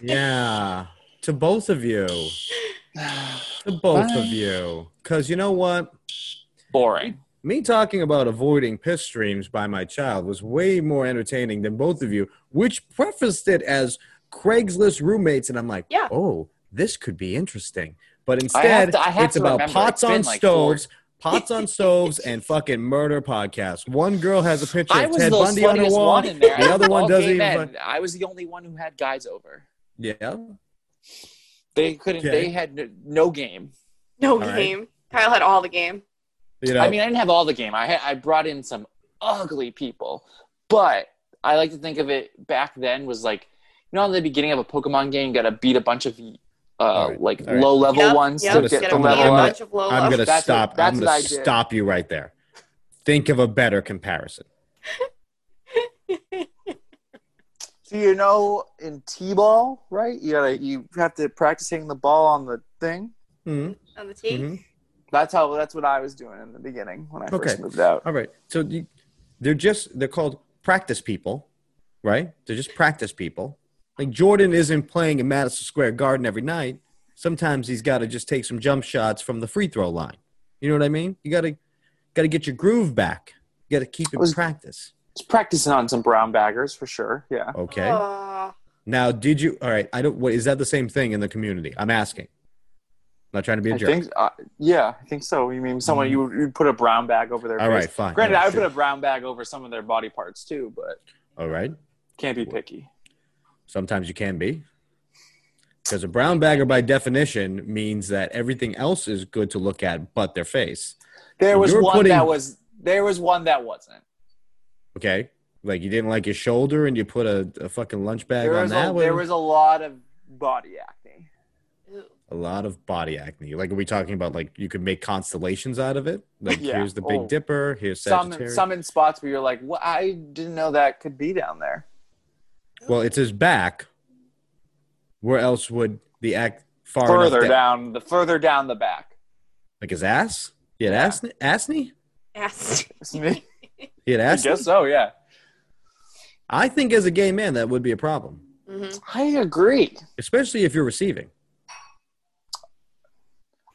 Speaker 1: yeah, to both of you, to both of
Speaker 2: Bye.
Speaker 1: you, because you know what.
Speaker 2: Boring.
Speaker 1: Me talking about avoiding piss streams by my child was way more entertaining than both of you, which prefaced it as Craigslist roommates, and I'm like,
Speaker 3: Yeah.
Speaker 1: oh, this could be interesting. But
Speaker 2: I have
Speaker 1: instead,
Speaker 2: to- I have
Speaker 1: it's
Speaker 2: to
Speaker 1: about
Speaker 2: remember,
Speaker 1: pots
Speaker 2: it's been
Speaker 1: on
Speaker 2: like
Speaker 1: stoves, pots on stoves, and fucking murder podcasts. One girl has a picture
Speaker 2: I
Speaker 1: of
Speaker 2: was
Speaker 1: Ted
Speaker 2: the
Speaker 1: Bundy on her
Speaker 2: sluttiest
Speaker 1: wall.
Speaker 2: one in there.
Speaker 1: The other one
Speaker 2: All
Speaker 1: doesn't
Speaker 2: gay
Speaker 1: even
Speaker 2: men.
Speaker 1: fuck-
Speaker 2: I was the only one who had guys over.
Speaker 1: Yeah,
Speaker 2: They couldn't.
Speaker 1: Okay.
Speaker 2: They had n- no game.
Speaker 3: No
Speaker 1: right.
Speaker 3: game. Kyle had all the game.
Speaker 1: you know,
Speaker 2: I mean, I didn't have all the game. I had, I brought in some ugly people, but I like to think of it back then was like, you know, in the beginning of a Pokemon game, you got to beat a bunch of uh,
Speaker 1: All right.
Speaker 2: like
Speaker 1: All right.
Speaker 2: low level
Speaker 3: Yep,
Speaker 2: ones
Speaker 3: yep,
Speaker 2: to
Speaker 1: I'm gonna-
Speaker 2: get the
Speaker 1: I'm
Speaker 2: level
Speaker 1: gonna-
Speaker 2: up.
Speaker 1: I'm
Speaker 3: bunch of low
Speaker 1: I'm gonna
Speaker 2: uh, That's
Speaker 1: stop.
Speaker 2: what- that's
Speaker 1: I'm
Speaker 2: what
Speaker 1: gonna
Speaker 2: I did.
Speaker 1: stop you right there. Think of a better comparison.
Speaker 2: So you know, in t-ball, right? You gotta you have to practice hitting the ball on the thing.
Speaker 1: Mhm,
Speaker 3: on the tee.
Speaker 1: mhm.
Speaker 2: That's how. That's what I was doing in the beginning when I first
Speaker 1: Okay.
Speaker 2: moved out.
Speaker 1: All right. So you, they're just they're called practice people, right? They're just practice people. Like Jordan isn't playing in Madison Square Garden every night. Sometimes he's got to just take some jump shots from the free throw line. You know what I mean? You gotta gotta get your groove back. You gotta keep it
Speaker 2: Was-
Speaker 1: practice.
Speaker 2: Just practicing on some brown baggers for sure. Yeah.
Speaker 1: Okay.
Speaker 3: Oh. Aw.
Speaker 1: Now, did you? All right. I don't. What is that? The same thing in the community? I'm asking. I'm not trying to be a
Speaker 2: I
Speaker 1: jerk.
Speaker 2: think. Uh, yeah, I think so. You mean someone you you put a brown bag over their
Speaker 1: Mm-hmm. All
Speaker 2: face?
Speaker 1: right. Fine.
Speaker 2: Granted,
Speaker 1: All
Speaker 2: I
Speaker 1: right,
Speaker 2: would put
Speaker 1: sure.
Speaker 2: a brown bag over some of their body parts too, but
Speaker 1: All right.
Speaker 2: can't be picky.
Speaker 1: Sometimes you can be. Because a brown bagger, by definition, means that everything else is good to look at but their face.
Speaker 2: There was
Speaker 1: You're
Speaker 2: one
Speaker 1: putting-
Speaker 2: that was. There was one that wasn't.
Speaker 1: Okay. Like you didn't like your shoulder and you put a, a fucking lunch bag
Speaker 2: There
Speaker 1: on
Speaker 2: was,
Speaker 1: that
Speaker 2: a,
Speaker 1: one.
Speaker 2: there was a lot of body acne.
Speaker 3: Ooh.
Speaker 1: a lot of body acne. Like, are we talking about like you could make constellations out of it? Like,
Speaker 2: Yeah.
Speaker 1: here's the Big
Speaker 2: Oh.
Speaker 1: Dipper, here's
Speaker 2: Some
Speaker 1: Sagittarius.
Speaker 2: some in spots where you're like, well, I didn't know that could be down there.
Speaker 1: well, it's his back. Where else would the act far enough
Speaker 2: further down the further down the back.
Speaker 1: Like his ass? He had
Speaker 2: Yeah.
Speaker 1: ass, assney?
Speaker 3: Yes.
Speaker 2: It's me.
Speaker 1: He had
Speaker 2: I
Speaker 1: ass.
Speaker 2: guess so. Yeah,
Speaker 1: I think as a gay man, that would be a problem,
Speaker 3: Mhm.
Speaker 2: I agree.
Speaker 1: especially if you're receiving.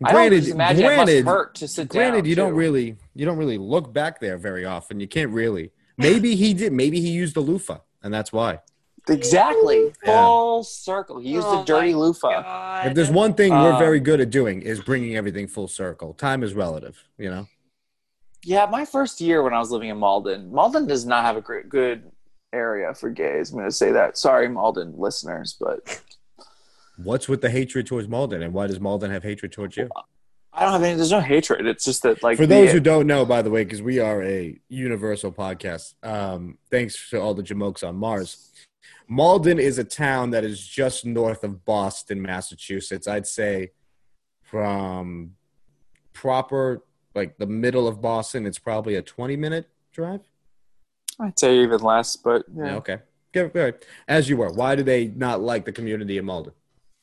Speaker 2: I don't just imagine it must hurt to sit
Speaker 1: granted,
Speaker 2: down.
Speaker 1: you don't
Speaker 2: too.
Speaker 1: really, you don't really look back there very often. You can't really. Maybe he did. Maybe he used the loofah, and that's why.
Speaker 2: exactly
Speaker 1: Yeah.
Speaker 2: full circle. He used
Speaker 3: Oh
Speaker 2: a dirty
Speaker 3: my
Speaker 2: loofah.
Speaker 3: God.
Speaker 1: If there's one thing we're
Speaker 2: Uh,
Speaker 1: very good at doing is bringing everything full circle. Time is relative, you know.
Speaker 2: Yeah, my first year when I was living in Malden, Malden does not have a great, good area for gays. I'm going to say that. Sorry, Malden listeners, but
Speaker 1: What's with the hatred towards Malden, and why does Malden have hatred towards you?
Speaker 2: I don't have any. There's no hatred. It's just that, like,
Speaker 1: for those
Speaker 2: the-
Speaker 1: who don't know, by the way, because we are a universal podcast. Um, thanks to all the Jamokes on Mars. Malden is a town that is just north of Boston, Massachusetts. I'd say from proper, like the middle of Boston, it's probably a 20 minute drive.
Speaker 2: I'd say even less, but yeah.
Speaker 1: Yeah, okay. Good, all right. As you were, why do they not like the community in Malden?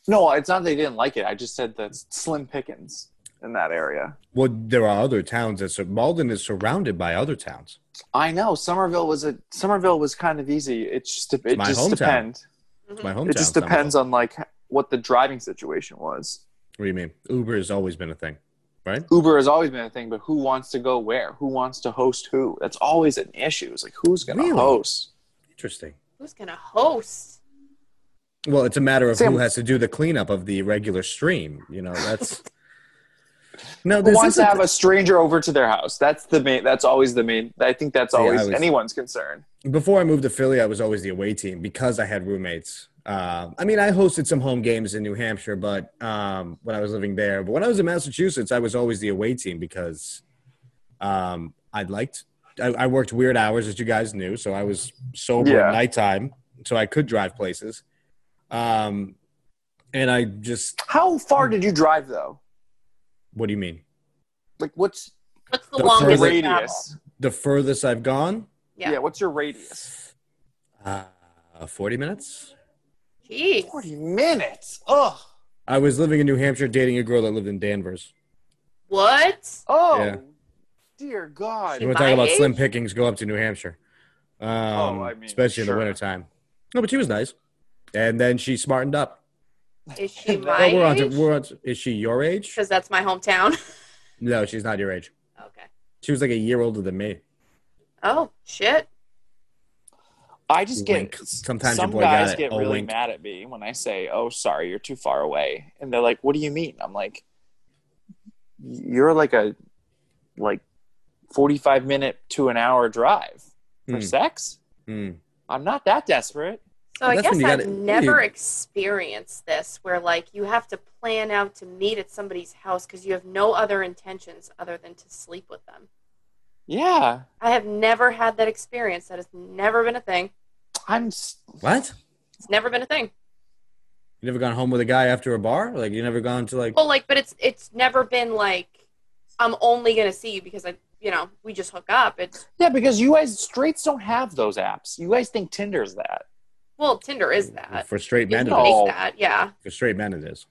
Speaker 2: no, it's not that they didn't like it. I just said that slim pickings in that area.
Speaker 1: Well, there are other towns that so Malden is surrounded by other towns.
Speaker 2: I know Somerville was a Somerville was kind of easy. It just it
Speaker 1: my
Speaker 2: just
Speaker 1: hometown.
Speaker 2: depends.
Speaker 1: It's
Speaker 3: Mm-hmm.
Speaker 1: my hometown.
Speaker 2: Hmm. It just
Speaker 1: Somerville.
Speaker 2: depends on like what the driving situation was.
Speaker 1: What do you mean? Uber has always been a thing, right?
Speaker 2: Uber has always been a thing, but who wants to go where? Who wants to host who? That's always an issue. It's like who's going to
Speaker 1: Really?
Speaker 2: host?
Speaker 1: Interesting.
Speaker 3: Who's gonna host?
Speaker 1: Well, it's a matter of
Speaker 2: Sam-
Speaker 1: who has to do the cleanup of the regular stream. You know, that's no.
Speaker 2: Who
Speaker 1: This
Speaker 2: wants
Speaker 1: is a,
Speaker 2: to have a stranger over to their house? That's the main. That's always the main. I think that's
Speaker 1: See, I
Speaker 2: always
Speaker 1: was-
Speaker 2: anyone's concern.
Speaker 1: before I moved to Philly, I was always the away team because I had roommates. Um, I mean, I hosted some home games in New Hampshire, but um, when I was living there, but when I was in Massachusetts, I was always the away team because um, I liked. I, I worked weird hours, as you guys knew, so I was sober
Speaker 2: Yeah.
Speaker 1: at nighttime, so I could drive places. Um, and I just,
Speaker 2: How far did you drive though?
Speaker 1: what do you mean?
Speaker 2: Like what's
Speaker 3: What's the
Speaker 1: The
Speaker 3: longest
Speaker 1: further-
Speaker 3: travel?
Speaker 2: radius?
Speaker 1: The furthest I've gone,
Speaker 2: Yeah.
Speaker 3: Yeah.
Speaker 2: what's your radius?
Speaker 1: Uh, 40 minutes.
Speaker 3: Jeez.
Speaker 2: Forty minutes. Ugh.
Speaker 1: I was living in New Hampshire dating a girl that lived in Danvers.
Speaker 3: What?
Speaker 2: Oh,
Speaker 1: Yeah.
Speaker 2: dear God.
Speaker 1: You want to
Speaker 3: My
Speaker 1: talk about
Speaker 3: age?
Speaker 1: slim pickings, go up to New Hampshire. Um,
Speaker 2: Oh, I mean,
Speaker 1: especially in
Speaker 2: sure.
Speaker 1: the wintertime. No, but she was nice. And then she smartened up.
Speaker 3: Is she
Speaker 2: Well,
Speaker 1: Oh,
Speaker 3: my
Speaker 1: we're on to,
Speaker 3: age?
Speaker 1: we're on to- is she your age?
Speaker 3: Because that's my hometown.
Speaker 1: No, she's not your age.
Speaker 3: okay.
Speaker 1: She was like a year older than me.
Speaker 3: Oh shit.
Speaker 2: I just get
Speaker 1: Wink. Sometimes
Speaker 2: some
Speaker 1: your boy got
Speaker 2: guys
Speaker 1: it.
Speaker 2: get
Speaker 1: Oh,
Speaker 2: really
Speaker 1: wink.
Speaker 2: mad at me when I say, "Oh, sorry, you're too far away," and they're like, "What do you mean?" I'm like, "You're like a like 45 minute to an hour drive for
Speaker 1: Hmm.
Speaker 2: sex.
Speaker 1: Hmm.
Speaker 2: I'm not that desperate."
Speaker 3: So
Speaker 1: Well,
Speaker 3: I
Speaker 1: that's
Speaker 3: guess
Speaker 1: when you
Speaker 3: I've
Speaker 1: gotta-
Speaker 3: never
Speaker 1: you-
Speaker 3: experienced this where like you have to plan out to meet at somebody's house because you have no other intentions other than to sleep with them.
Speaker 2: Yeah,
Speaker 3: I have never had that experience. That has never been a thing.
Speaker 2: I'm. s-
Speaker 1: What?
Speaker 3: It's never been a thing.
Speaker 1: You never gone home with a guy after a bar? Like you never gone to like
Speaker 3: Well, like, but it's it's never been like I'm only gonna see you because I, you know, we just hook up. It's
Speaker 2: Yeah, because you guys straights don't have those apps. You guys think Tinder's that.
Speaker 3: well, Tinder is that.
Speaker 1: for straight
Speaker 3: You
Speaker 1: men?
Speaker 3: can
Speaker 1: It
Speaker 2: No.
Speaker 1: is.
Speaker 3: make that, yeah.
Speaker 1: For straight men, it is.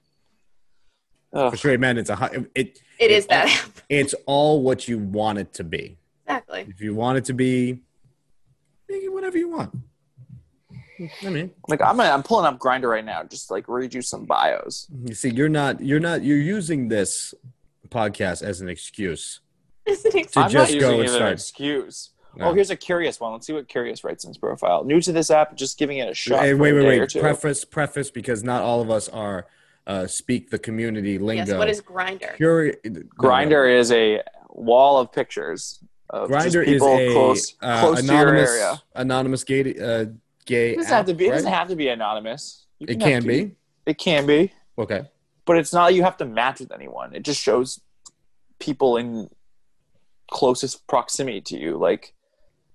Speaker 2: Ugh.
Speaker 1: For straight men, it's a high, it.
Speaker 3: It is
Speaker 1: It-
Speaker 3: that
Speaker 1: It's all what you want it to be.
Speaker 3: exactly.
Speaker 1: If you want it to be, make it whatever you want. I mean,
Speaker 2: Like I'm gonna, I'm pulling up Grinder right now, just to, like read you some bios.
Speaker 1: you see, you're not, you're not, you're using this podcast as an excuse.
Speaker 3: Isn't it?
Speaker 1: To
Speaker 2: I'm
Speaker 1: just
Speaker 2: not
Speaker 1: go
Speaker 2: using
Speaker 1: and
Speaker 2: it as an
Speaker 1: start.
Speaker 2: excuse.
Speaker 1: No.
Speaker 2: Oh, here's a curious one. Let's see what curious writes in his profile. New to this app, just giving it a shot.
Speaker 1: Hey,
Speaker 2: for
Speaker 1: wait,
Speaker 2: a day
Speaker 1: wait,
Speaker 2: or
Speaker 1: wait.
Speaker 2: two.
Speaker 1: Preface, preface, because not all of us are uh, speak the community lingo.
Speaker 3: Yes. What is grinder?
Speaker 1: Curi-
Speaker 2: Grinder is a wall of pictures of just
Speaker 1: Grinder is
Speaker 2: people
Speaker 1: a
Speaker 2: close,
Speaker 1: uh,
Speaker 2: close to your
Speaker 1: anonymous
Speaker 2: area.
Speaker 1: anonymous gay uh, gay.
Speaker 2: It doesn't have to be. It doesn't
Speaker 1: right?
Speaker 2: have to be anonymous. You
Speaker 1: It
Speaker 2: have
Speaker 1: can
Speaker 2: to-
Speaker 1: be.
Speaker 2: It can be,
Speaker 1: Okay.
Speaker 2: but it's not. You have to match with anyone. It just shows people in closest proximity to you. Like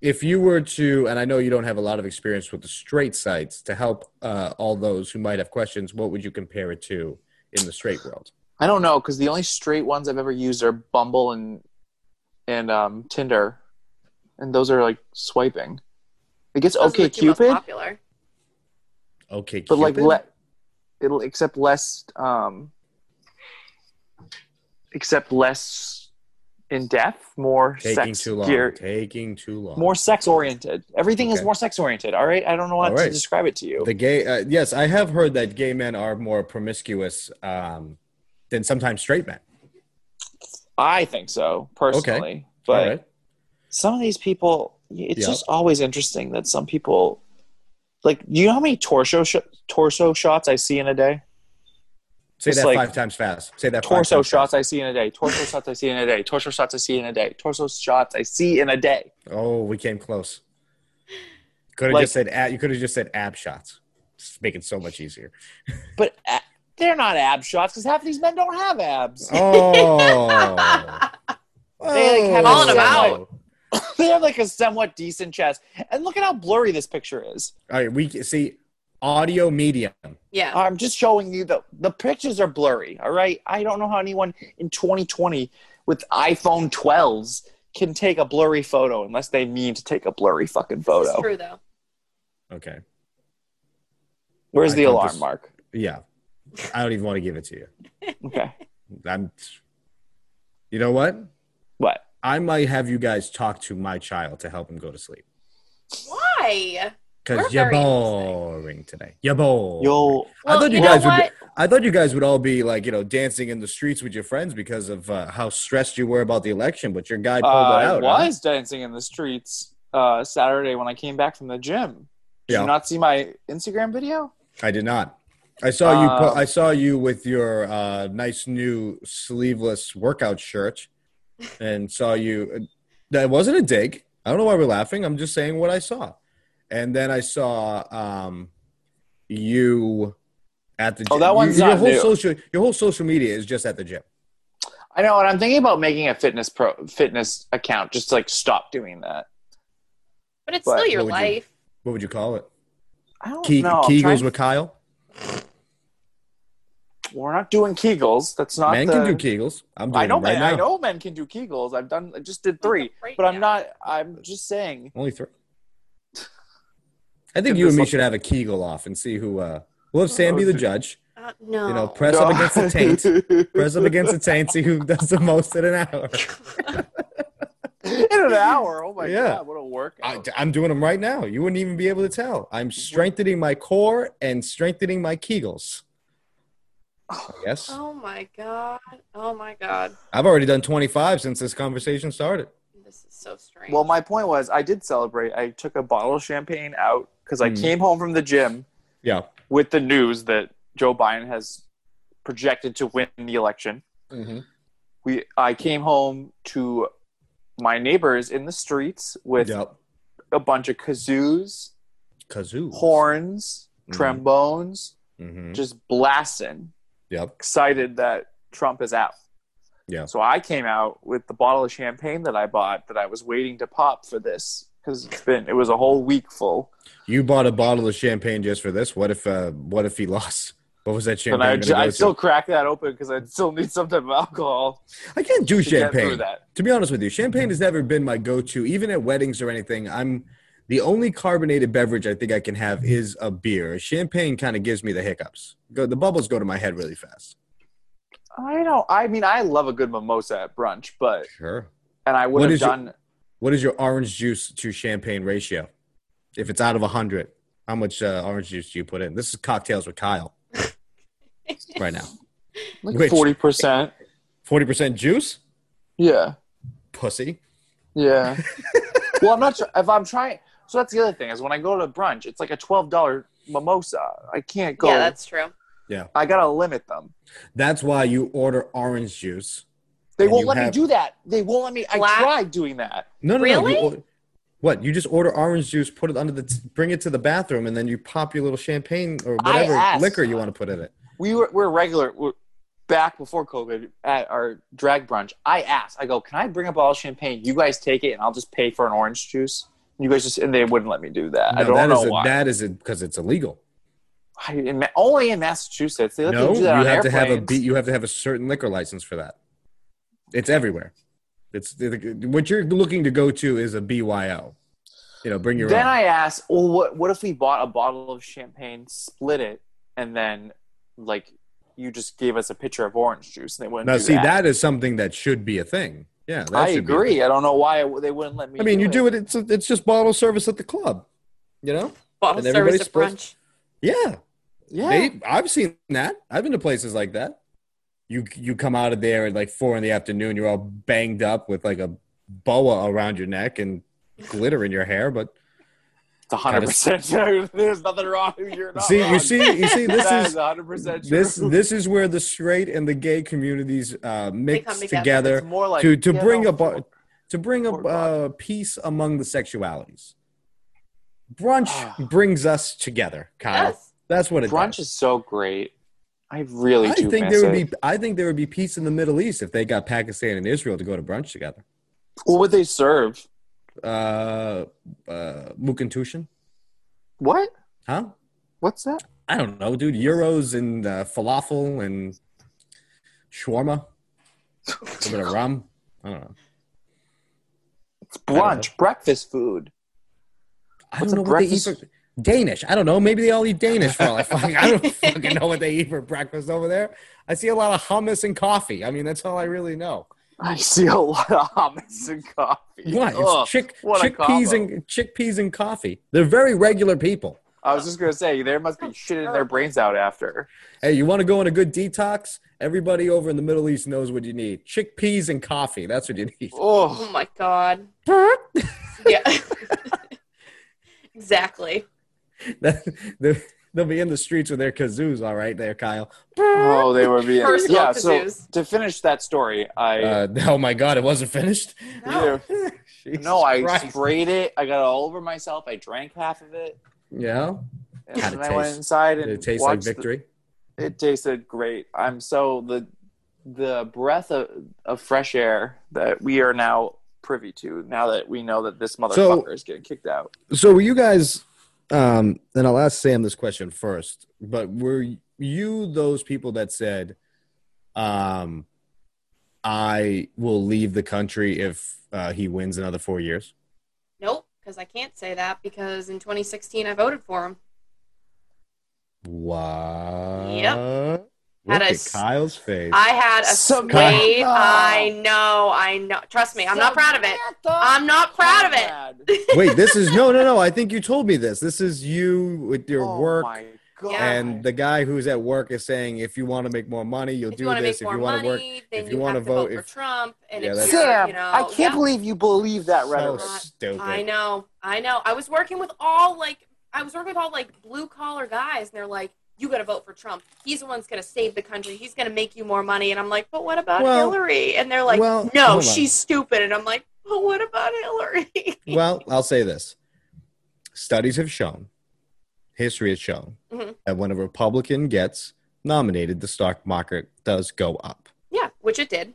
Speaker 1: If you were to, and I know you don't have a lot of experience with the straight sites, to help uh, all those who might have questions, what would you compare it to in the straight world?
Speaker 2: I don't know because the only straight ones I've ever used are Bumble and and um, Tinder, and those are like swiping. It gets
Speaker 3: Those are
Speaker 2: okay
Speaker 3: the two most
Speaker 2: Cupid,
Speaker 3: Popular.
Speaker 1: Okay,
Speaker 2: but like
Speaker 1: Cupid?
Speaker 2: le- it'll accept less um, except less in depth, more
Speaker 1: taking
Speaker 2: sex
Speaker 1: too long,
Speaker 2: gear-
Speaker 1: taking too long.
Speaker 2: more sex oriented. Everything is
Speaker 1: Okay.
Speaker 2: more sex oriented. All right, I don't know how
Speaker 1: All
Speaker 2: to
Speaker 1: right.
Speaker 2: describe it to you.
Speaker 1: the gay. Uh, yes, I have heard that gay men are more promiscuous um, than sometimes straight men.
Speaker 2: I think so personally,
Speaker 1: all
Speaker 2: but
Speaker 1: right.
Speaker 2: some of these people it's
Speaker 1: Yeah.
Speaker 2: just always interesting that some people like do you know how many torso sh- torso shots i see in a day
Speaker 1: Say
Speaker 2: it's
Speaker 1: that
Speaker 2: like-
Speaker 1: five times fast. Say that. five
Speaker 2: torso
Speaker 1: times
Speaker 2: shots i see in a day torso shots i see in a day torso shots i see in a day torso shots i see in a day
Speaker 1: fast. Oh, we came close. Could have
Speaker 2: Like-
Speaker 1: just said ab, you could have just said ab shots. Just make it so much easier.
Speaker 2: but a- they're not ab shots because half these men don't have abs
Speaker 1: Oh.
Speaker 2: They, like, have
Speaker 3: Calling them out.
Speaker 2: they have like a somewhat decent chest and look at how blurry this picture is
Speaker 1: All right, we can see audio medium.
Speaker 3: Yeah.
Speaker 2: i'm just showing you the the pictures are blurry all right i don't know how anyone in 2020 with iphone 12s can take a blurry photo unless they mean to take a blurry fucking
Speaker 3: This is
Speaker 2: photo
Speaker 3: true though.
Speaker 1: Okay.
Speaker 2: Where's
Speaker 1: I
Speaker 2: the
Speaker 1: think
Speaker 2: alarm
Speaker 1: this-
Speaker 2: mark?
Speaker 1: Yeah. I don't even want to give it to you.
Speaker 2: Okay.
Speaker 1: I'm You know what?
Speaker 2: What?
Speaker 1: I might have you guys talk to my child to help him go to sleep
Speaker 3: Why? We're
Speaker 1: cuz you're
Speaker 3: very interesting.
Speaker 1: boring today. You're boring.
Speaker 2: Yo,
Speaker 1: I
Speaker 3: Well,
Speaker 1: thought you,
Speaker 3: you know
Speaker 1: guys would.
Speaker 3: what?
Speaker 1: I thought you guys would all be like, you know, dancing in the streets with your friends because of uh, how stressed you were about the election. But your guy
Speaker 2: uh,
Speaker 1: pulled it
Speaker 2: I
Speaker 1: out.
Speaker 2: was dancing in the streets uh, Saturday when I came back from the gym. Did
Speaker 1: Yeah.
Speaker 2: you not see my Instagram video?
Speaker 1: huh? I did not. I saw you.
Speaker 2: Um,
Speaker 1: Po- I saw you with your uh, nice new sleeveless workout shirt, and saw you. uh, That wasn't a dig. I don't know why we're laughing. I'm just saying what I saw. And then I saw um, you at the.
Speaker 2: Oh,
Speaker 1: gym.
Speaker 2: that one's
Speaker 1: your, your
Speaker 2: not
Speaker 1: whole
Speaker 2: new.
Speaker 1: social. Your whole social media is just at the gym.
Speaker 2: I know, and I'm thinking about making a fitness pro fitness account just to, like stop doing that.
Speaker 3: But it's
Speaker 2: But
Speaker 3: still your
Speaker 1: what would you-
Speaker 3: life.
Speaker 1: What would you call it?
Speaker 2: I don't
Speaker 1: Ke-
Speaker 2: know. Oh, I'm
Speaker 1: Kegels
Speaker 2: trying-
Speaker 1: with Kyle.
Speaker 2: We're not doing Kegels. That's not.
Speaker 1: Men
Speaker 2: the,
Speaker 1: can do Kegels. I'm doing
Speaker 2: I know,
Speaker 1: them right
Speaker 2: men,
Speaker 1: now.
Speaker 2: I know men can do Kegels. I've done. I just did three,
Speaker 3: Right
Speaker 2: but I'm
Speaker 3: now.
Speaker 2: not. I'm just saying.
Speaker 1: Only three. I think
Speaker 2: Give
Speaker 1: you and
Speaker 2: this
Speaker 1: me
Speaker 2: one- Oh,
Speaker 1: should have a Kegel off and see who. Uh, we'll have Sam be the
Speaker 2: dude.
Speaker 1: judge.
Speaker 3: Uh, no.
Speaker 1: You know, press up against the taint.
Speaker 2: taint.
Speaker 1: Press up against the taint. See who does the most in an hour.
Speaker 2: in an hour. Oh my
Speaker 1: Yeah.
Speaker 2: god, what a workout!
Speaker 1: I, am doing them right now. You wouldn't even be able to tell. I'm strengthening my core and strengthening my Kegels. Yes,
Speaker 3: Oh my god. Oh my god.
Speaker 1: I've already done 25 since this conversation started.
Speaker 3: This is so strange.
Speaker 2: well, my point was, I did celebrate. I took a bottle of champagne out because I
Speaker 1: Mm.
Speaker 2: came home from the gym
Speaker 1: Yeah.
Speaker 2: with the news that Joe Biden has projected to win the election. We, I came home to my neighbors in the streets with
Speaker 1: Yep.
Speaker 2: a bunch of kazoos,
Speaker 1: Kazoo.
Speaker 2: horns,
Speaker 1: Mhm.
Speaker 2: trombones,
Speaker 1: hmm
Speaker 2: just blasting,
Speaker 1: Yep.
Speaker 2: excited that Trump is out.
Speaker 1: Yeah.
Speaker 2: So I came out with the bottle of champagne that I bought that I was waiting to pop for this because it's been it was a whole week full.
Speaker 1: You bought a bottle of champagne just for this. What if? Uh, what if he lost? What was that
Speaker 2: But
Speaker 1: champagne?
Speaker 2: I,
Speaker 1: gonna
Speaker 2: j-
Speaker 1: go
Speaker 2: I
Speaker 1: to?
Speaker 2: still crack that open because I still need some type of alcohol
Speaker 1: I can't do
Speaker 2: to get through
Speaker 1: champagne.
Speaker 2: that.
Speaker 1: To be honest with you, champagne has never been my go-to, even at weddings or anything. I'm the only carbonated beverage I think I can have is a beer. Champagne kind of gives me the hiccups. Go, the bubbles go to my head really fast.
Speaker 2: I don't. I mean, I love a good mimosa at brunch, but
Speaker 1: Sure.
Speaker 2: and I
Speaker 1: What
Speaker 2: would have
Speaker 1: is your-
Speaker 2: done.
Speaker 1: What is your orange juice to champagne ratio? If it's out of 100, how much uh, orange juice do you put in? This is cocktails with Kyle right now.
Speaker 2: Like
Speaker 1: Which-
Speaker 2: forty percent.
Speaker 1: 40% juice?
Speaker 2: Yeah,
Speaker 1: Pussy.
Speaker 2: yeah. well, I'm not sure if I'm trying. So that's the other thing is when I go to brunch, it's like a twelve dollar mimosa. I can't go.
Speaker 3: Yeah, that's true.
Speaker 2: I gotta limit them.
Speaker 1: That's why you order orange juice.
Speaker 2: They
Speaker 1: And
Speaker 2: won't
Speaker 1: you
Speaker 2: let me
Speaker 1: have-
Speaker 2: do that. They won't let me.
Speaker 3: Black-
Speaker 2: I tried doing that.
Speaker 1: No, no, no.
Speaker 3: Really?
Speaker 1: You or- what? You just order orange juice, put it under the, t- bring it to the bathroom, and then you pop your little champagne or
Speaker 2: I
Speaker 1: whatever
Speaker 2: asked.
Speaker 1: liquor you want to put in it.
Speaker 2: we were we're regular we're back before COVID at our drag brunch. I asked, I go, can I bring a bottle of champagne? You guys take it, and I'll just pay for an orange juice. You guys just and they wouldn't let me do that. I
Speaker 1: No, that
Speaker 2: don't know
Speaker 1: is a-
Speaker 2: why.
Speaker 1: That is because it's illegal.
Speaker 2: I- in Ma- only in Massachusetts they let
Speaker 1: no,
Speaker 2: them do
Speaker 1: you
Speaker 2: that on
Speaker 1: have to
Speaker 2: airplanes.
Speaker 1: have a beat. You have to have a certain liquor license for that. It's everywhere. It's what you're looking to go to is a BYO. You know, bring your
Speaker 2: then
Speaker 1: own.
Speaker 2: I asked, well, what what if we bought a bottle of champagne, split it, and then like you just gave us a pitcher of orange juice, and they wouldn't.
Speaker 1: now,
Speaker 2: do
Speaker 1: see,
Speaker 2: that.
Speaker 1: that is something that should be a thing. Yeah, that
Speaker 2: I
Speaker 1: should be a thing.
Speaker 2: agree. I don't know why it- they wouldn't let me.
Speaker 1: I mean, you do it. It's it's just bottle service at the club. You know?
Speaker 3: Bottle
Speaker 1: And everybody's
Speaker 3: service at
Speaker 1: supposed-
Speaker 3: brunch.
Speaker 1: Yeah.
Speaker 2: Yeah.
Speaker 1: They, I've seen that. I've been to places like that. You you come out of there at like four in the afternoon. You're all banged up with like a boa around your neck and glitter in your hair. But
Speaker 2: It's hundred percent true. There's nothing wrong. You're not
Speaker 1: see,
Speaker 2: wrong.
Speaker 1: you see, you see. This
Speaker 2: That
Speaker 1: is
Speaker 2: hundred percent true.
Speaker 1: this this is where the straight and the gay communities uh, mix
Speaker 3: come together.
Speaker 1: together
Speaker 2: It's more like
Speaker 1: to to
Speaker 2: yeah,
Speaker 1: bring
Speaker 2: no,
Speaker 1: up uh, to bring up
Speaker 2: Or
Speaker 1: uh, peace among the sexualities. Brunch brings us together, Kyle.
Speaker 3: Yes.
Speaker 1: That's what it does.
Speaker 2: Ah. brunch is so great. I really
Speaker 1: I
Speaker 2: do
Speaker 1: think
Speaker 2: miss
Speaker 1: there would
Speaker 2: it.
Speaker 1: be I think there would be peace in the Middle East if they got Pakistan and Israel to go to brunch together.
Speaker 2: What would they serve?
Speaker 1: Uh uh Mukuntushin?
Speaker 2: What?
Speaker 1: Huh?
Speaker 2: What's that?
Speaker 1: I don't know, dude. Euros and uh, falafel and shawarma. A little bit of rum. I don't know.
Speaker 2: It's brunch, breakfast food.
Speaker 1: I
Speaker 2: What's
Speaker 1: don't know
Speaker 2: a
Speaker 1: what they eat for
Speaker 2: breakfast?
Speaker 1: Danish. I don't know. Maybe they all eat Danish for all I fucking I don't fucking know what they eat for breakfast over there. I see a lot of hummus and coffee. I mean, that's all I really know.
Speaker 2: I see a lot of hummus and coffee.
Speaker 1: Why?
Speaker 2: Ugh.
Speaker 1: It's chick
Speaker 2: what a
Speaker 1: chickpeas
Speaker 2: combo.
Speaker 1: and chickpeas and coffee. They're very regular people.
Speaker 2: I was just gonna say there must be shit in their brains out after.
Speaker 1: Hey, you want to go on a good detox? Everybody over in the Middle East knows what you need: chickpeas and coffee. That's what you need.
Speaker 3: Oh
Speaker 2: Oh,
Speaker 3: my god. Yeah. exactly.
Speaker 1: That- they- They'll be in the streets with their kazoos, all right, there, Kyle.
Speaker 2: oh, they were being
Speaker 3: Personal
Speaker 2: yeah. So
Speaker 3: kazoos.
Speaker 2: to finish that story, I
Speaker 1: Uh, oh my God, it wasn't finished.
Speaker 3: No.
Speaker 1: Jesus
Speaker 2: No, I
Speaker 1: Christ.
Speaker 2: sprayed it. I got it all over myself. I drank half of it,
Speaker 1: yeah,
Speaker 2: and
Speaker 1: How'd it
Speaker 2: then I went
Speaker 1: taste?
Speaker 2: inside
Speaker 1: Did
Speaker 2: and
Speaker 1: it tastes like
Speaker 2: watched. the-
Speaker 1: victory.
Speaker 2: it tasted great. I'm so the the breath of, of fresh air that we are now privy to. Now that we know that this motherfucker is getting kicked out.
Speaker 1: So, were you guys? Um, and I'll ask Sam this question first. But were you those people that said, um, "I will leave the country if uh, he wins another four years"?
Speaker 3: Nope, because I can't say that because in 2016 I voted for him.
Speaker 1: Wow.
Speaker 3: Had
Speaker 1: Look
Speaker 3: a
Speaker 1: at
Speaker 3: s-
Speaker 1: Kyle's face.
Speaker 3: I had a
Speaker 2: Samantha!
Speaker 3: sway. I know. I know. Trust me, I'm not proud of it. I'm not proud of it.
Speaker 2: it.
Speaker 1: Wait, this is no, no, no. I think you told me this. This is you with your
Speaker 3: Oh
Speaker 1: work.
Speaker 2: Oh my god.
Speaker 1: And the guy who's at work is saying, if you want to make more money, you'll
Speaker 3: If
Speaker 1: do
Speaker 3: you want to
Speaker 1: this.
Speaker 3: make
Speaker 1: If
Speaker 3: more
Speaker 1: you want
Speaker 3: money,
Speaker 1: to work,
Speaker 3: then
Speaker 1: if
Speaker 3: you,
Speaker 1: you
Speaker 3: have
Speaker 1: wanna
Speaker 3: to vote,
Speaker 1: vote,
Speaker 3: for
Speaker 1: if-
Speaker 3: Trump. And
Speaker 1: Yeah,
Speaker 3: if
Speaker 1: that's-
Speaker 3: you're,
Speaker 2: Sam,
Speaker 3: you know,
Speaker 2: I can't
Speaker 3: yeah.
Speaker 2: believe you believe that
Speaker 1: so
Speaker 2: rhetoric.
Speaker 1: stupid.
Speaker 3: I know, I know. I was working with all like I was working with all like blue collar guys, and they're like, "You got to vote for Trump. He's the one's going to save the country. He's going to make you more money." And I'm like, "But what about
Speaker 1: Well-
Speaker 3: Hillary?" And they're like,
Speaker 1: well, hold
Speaker 3: "No,
Speaker 1: on.
Speaker 3: she's stupid." And I'm like, "But what about Hillary?"
Speaker 1: Well, I'll say this: studies have shown, history has shown,
Speaker 3: Mhm.
Speaker 1: that when a Republican gets nominated, the stock market does go up.
Speaker 3: yeah, which it did.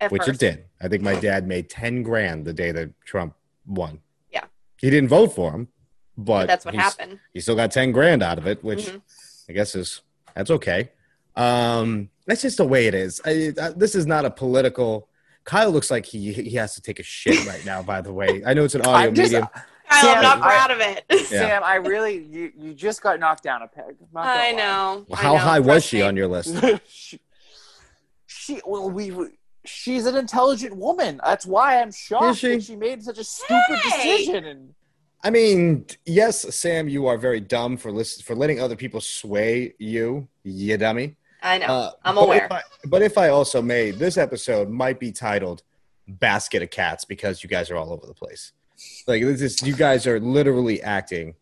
Speaker 3: At
Speaker 1: which
Speaker 3: first.
Speaker 1: it did. I think my dad made ten grand the day that Trump won.
Speaker 3: Yeah.
Speaker 1: he didn't vote for him, but,
Speaker 3: But that's what
Speaker 1: he's-
Speaker 3: happened.
Speaker 1: He still got ten grand out of it, which
Speaker 3: Mhm.
Speaker 1: I guess is That's okay. Um, that's just the way it is. I, I, this is not a political. Kyle looks like he he has to take a shit right now. By the way, I know it's an audio
Speaker 2: I'm just-
Speaker 1: medium.
Speaker 3: Kyle,
Speaker 2: Yeah,
Speaker 3: I'm
Speaker 2: I-
Speaker 3: not proud of it.
Speaker 1: Yeah.
Speaker 2: Sam, I really you, you just got knocked down a peg. I'm not gonna
Speaker 3: I
Speaker 2: lie.
Speaker 3: know. I
Speaker 1: How
Speaker 3: know.
Speaker 1: high was
Speaker 3: Trust
Speaker 1: she
Speaker 3: me.
Speaker 1: on your list?
Speaker 2: she, she well we she's an intelligent woman. That's why I'm shocked
Speaker 1: she?
Speaker 2: that she made such a stupid
Speaker 3: Hey!
Speaker 2: decision and
Speaker 1: I mean, yes, Sam, you are very dumb for listen, for letting other people sway you, you dummy.
Speaker 3: I know.
Speaker 1: Uh,
Speaker 3: I'm
Speaker 1: but if
Speaker 3: aware.
Speaker 1: I- but if I also may, this episode might be titled "Basket of Cats" because you guys are all over the place. Like this is you guys are literally acting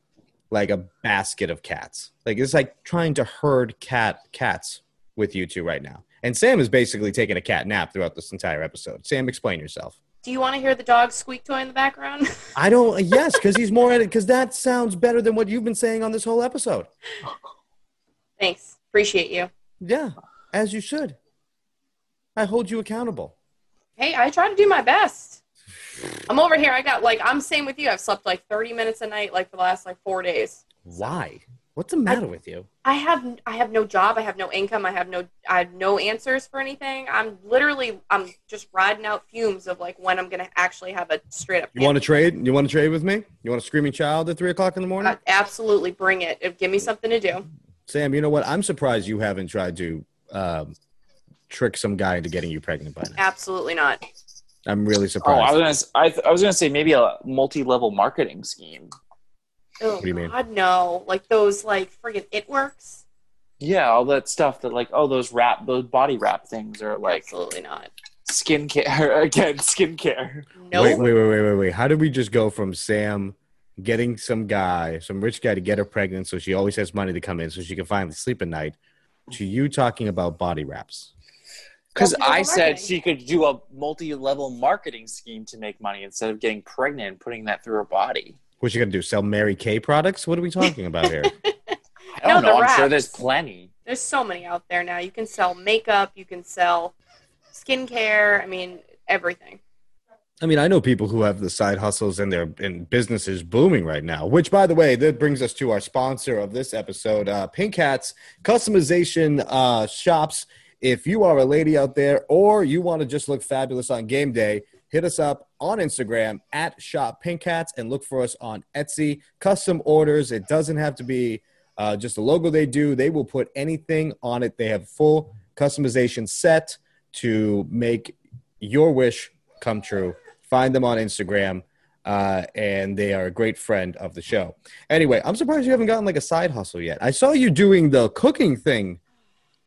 Speaker 1: like a basket of cats. Like it's like trying to herd cat cats with you two right now. And Sam is basically taking a cat nap throughout this entire episode. Sam, explain yourself.
Speaker 3: Do you want to hear the dog squeak toy in the background?
Speaker 1: I don't. Yes, because he's more at it. Because that sounds better than what you've been saying on this whole episode.
Speaker 3: Thanks. Appreciate you.
Speaker 1: Yeah, as you should. I hold you accountable.
Speaker 3: Hey, I try to do my best. I'm over here. I got like I'm same with you. I've slept like 30 minutes a night like for the last like 4 days.
Speaker 1: Why? What's the matter with you?
Speaker 3: I have I have no job. I have no income. I have no I have no answers for anything. I'm literally I'm just riding out fumes of like when I'm gonna actually have a straight up.
Speaker 1: You want to trade? You want to trade with me? You want a screaming child at three o'clock in the morning?
Speaker 3: Uh, absolutely bring it. Uh, Give me something to do.
Speaker 1: Sam, you know what? I'm surprised you haven't tried to um, trick some guy into getting you pregnant by now.
Speaker 3: Absolutely not.
Speaker 1: I'm really
Speaker 2: Oh, I
Speaker 1: surprised.
Speaker 2: was gonna s- I, th- I was gonna say maybe a multi-level marketing scheme.
Speaker 3: Oh,
Speaker 1: What do you mean?
Speaker 3: God, no. Like those like friggin' it works.
Speaker 2: Yeah, all that stuff that like oh those wrap those body wrap things are like
Speaker 3: absolutely not.
Speaker 2: skincare again skincare.
Speaker 3: No.
Speaker 1: Wait, wait, wait, wait, wait, wait. How did we just go from Sam getting some guy, some rich guy, to get her pregnant so she always has money to come in so she can finally sleep at night, to you talking about body wraps?
Speaker 2: Because
Speaker 3: Multi-level
Speaker 2: I said
Speaker 3: marketing.
Speaker 2: she could do a multi-level marketing scheme to make money instead of getting pregnant and putting that through her body.
Speaker 1: What's she gonna do? Sell Mary Kay products? What are we talking about here?
Speaker 2: I don't
Speaker 3: No, the
Speaker 2: know. I'm sure
Speaker 3: wraps.
Speaker 2: there's plenty.
Speaker 3: There's so many out there now. You can sell makeup. You can sell skincare. I mean, everything.
Speaker 1: I mean, I know people who have the side hustles and their and businesses booming right now. Which, by the way, that brings us to our sponsor of this episode, uh, Pink Hats Customization uh, Shops. If you are a lady out there, or you want to just look fabulous on game day, hit us up on Instagram at Shop Pink Hats and look for us on Etsy. Custom orders. It doesn't have to be uh, just a logo. They do. They will put anything on it. They have full customization set to make your wish come true. Find them on Instagram, uh, and they are a great friend of the show. Anyway, I'm surprised you haven't gotten like a side hustle yet. I saw you doing the cooking thing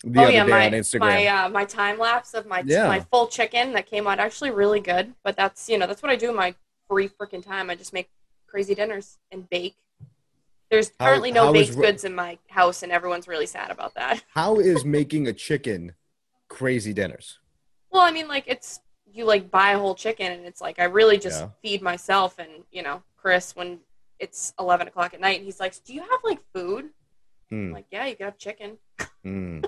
Speaker 1: the
Speaker 3: oh
Speaker 1: other
Speaker 3: yeah,
Speaker 1: day
Speaker 3: my
Speaker 1: on Instagram.
Speaker 3: my uh, my time lapse of my
Speaker 1: Yeah.
Speaker 3: my full chicken that came out actually really good. But that's you know that's what I do in my free freaking time. I just make crazy dinners and bake. There's
Speaker 1: How-
Speaker 3: currently no
Speaker 1: how is
Speaker 3: baked
Speaker 1: ro-
Speaker 3: goods in my house, and everyone's really sad about that.
Speaker 1: How is making a chicken crazy dinners?
Speaker 3: Well, I mean, like it's you like buy a whole chicken, and it's like I really just
Speaker 1: Yeah.
Speaker 3: feed myself, and you know, Chris when it's eleven o'clock at night, and he's like, "Do you have like food?" I'm
Speaker 1: Hmm.
Speaker 3: like, "Yeah, you can have chicken."
Speaker 1: Hmm.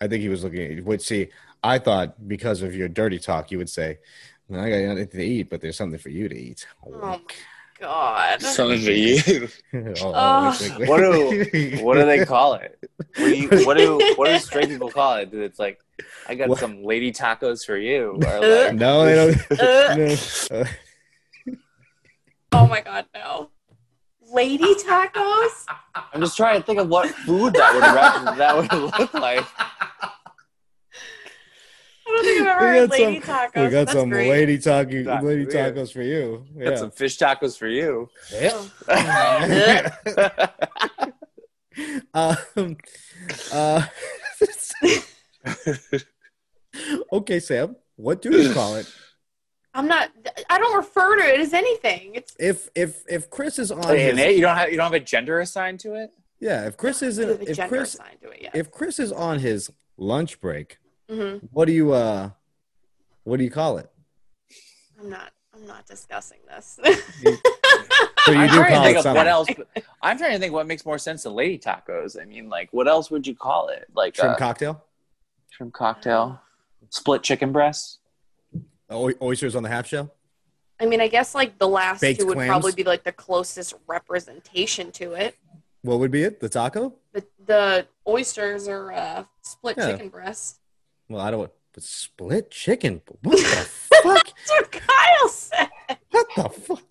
Speaker 1: I think he was looking at. Would see. I thought because of your dirty talk, you would say, "I got nothing to eat, but there's something for you to eat."
Speaker 3: Oh my god.
Speaker 2: for you.
Speaker 3: Oh.
Speaker 1: exactly.
Speaker 2: What do- What do they call it? What do, you, what do what do straight people call it? It's like I got
Speaker 1: What?
Speaker 2: some lady tacos for you. Or like,
Speaker 1: No, they don't.
Speaker 3: Ugh.
Speaker 1: no.
Speaker 3: oh my god, no. Lady tacos?
Speaker 2: I'm just trying to think of what food that would rep- that would look like.
Speaker 3: I don't think I've ever
Speaker 1: We
Speaker 3: heard
Speaker 1: got
Speaker 3: lady tacos.
Speaker 1: We got
Speaker 3: That's
Speaker 1: some
Speaker 3: great.
Speaker 1: lady talking
Speaker 2: That's
Speaker 1: lady
Speaker 2: weird.
Speaker 1: tacos for you. Yeah.
Speaker 2: Got some fish tacos for you.
Speaker 1: um, uh, okay, Sam. What do you call it?
Speaker 3: I'm not I don't refer to it as anything. It's
Speaker 1: If if if Chris is on,
Speaker 2: And
Speaker 1: his,
Speaker 2: it, you don't have you don't have a gender assigned to it.
Speaker 1: yeah. If Chris
Speaker 3: there's
Speaker 1: isn't,
Speaker 3: a
Speaker 1: if
Speaker 3: gender
Speaker 1: Chris
Speaker 3: assigned to it, yeah.
Speaker 1: if Chris is on his lunch break,
Speaker 3: hmm
Speaker 1: what do you uh, what do you call it?
Speaker 3: I'm not I'm not discussing this.
Speaker 1: So you
Speaker 2: I'm
Speaker 1: do
Speaker 2: trying to
Speaker 1: call
Speaker 2: think
Speaker 1: it
Speaker 2: of what
Speaker 1: something.
Speaker 2: else. I'm trying to think what makes more sense than lady tacos. I mean, like what else would you call it? Like
Speaker 1: Shrimp
Speaker 2: uh,
Speaker 1: cocktail,
Speaker 2: shrimp cocktail, split chicken breast.
Speaker 1: O- oysters on the half shell.
Speaker 3: I mean, I guess like the last
Speaker 1: Baked
Speaker 3: two would
Speaker 1: clams?
Speaker 3: probably be like the closest representation to it.
Speaker 1: What would be it? The taco?
Speaker 3: The the oysters are uh, split
Speaker 1: Yeah.
Speaker 3: chicken breast.
Speaker 1: Well, I don't. But split chicken. What the fuck?
Speaker 3: That's what Kyle said.
Speaker 1: What the fuck?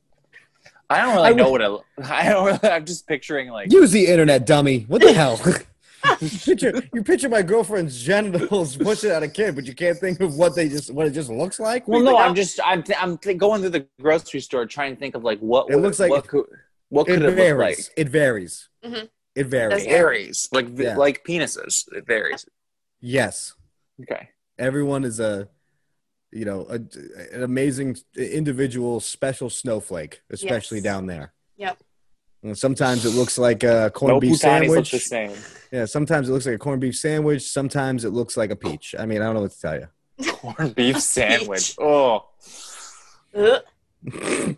Speaker 2: I don't
Speaker 1: I
Speaker 2: really know what it. I don't. Really, I'm just picturing like
Speaker 1: Use the internet, dummy. What the hell? you, picture, you picture my girlfriend's genitals pushing at a kid, but you can't think of what they just what it just looks like.
Speaker 2: Well, no, I'm just I'm th- I'm th- going through the grocery store trying to think of like what
Speaker 1: It
Speaker 2: would-
Speaker 1: looks like-
Speaker 2: what could what
Speaker 1: it
Speaker 2: could it look like.
Speaker 1: varies. It varies.
Speaker 3: Mhm.
Speaker 1: It varies.
Speaker 3: It does.
Speaker 2: varies, like
Speaker 1: Yeah.
Speaker 2: like penises. It varies.
Speaker 1: Yes,
Speaker 2: Okay.
Speaker 1: everyone is a you know a, an amazing individual, special snowflake, especially
Speaker 3: Yes.
Speaker 1: down there.
Speaker 3: Yep.
Speaker 1: And sometimes it looks like a corned beef
Speaker 2: putanis look
Speaker 1: sandwich.
Speaker 2: the same.
Speaker 1: Yeah, sometimes it looks like a corned beef sandwich. Sometimes it looks like a peach. I mean, I don't know what to tell you.
Speaker 2: Corned beef sandwich. Oh,
Speaker 3: Ugh.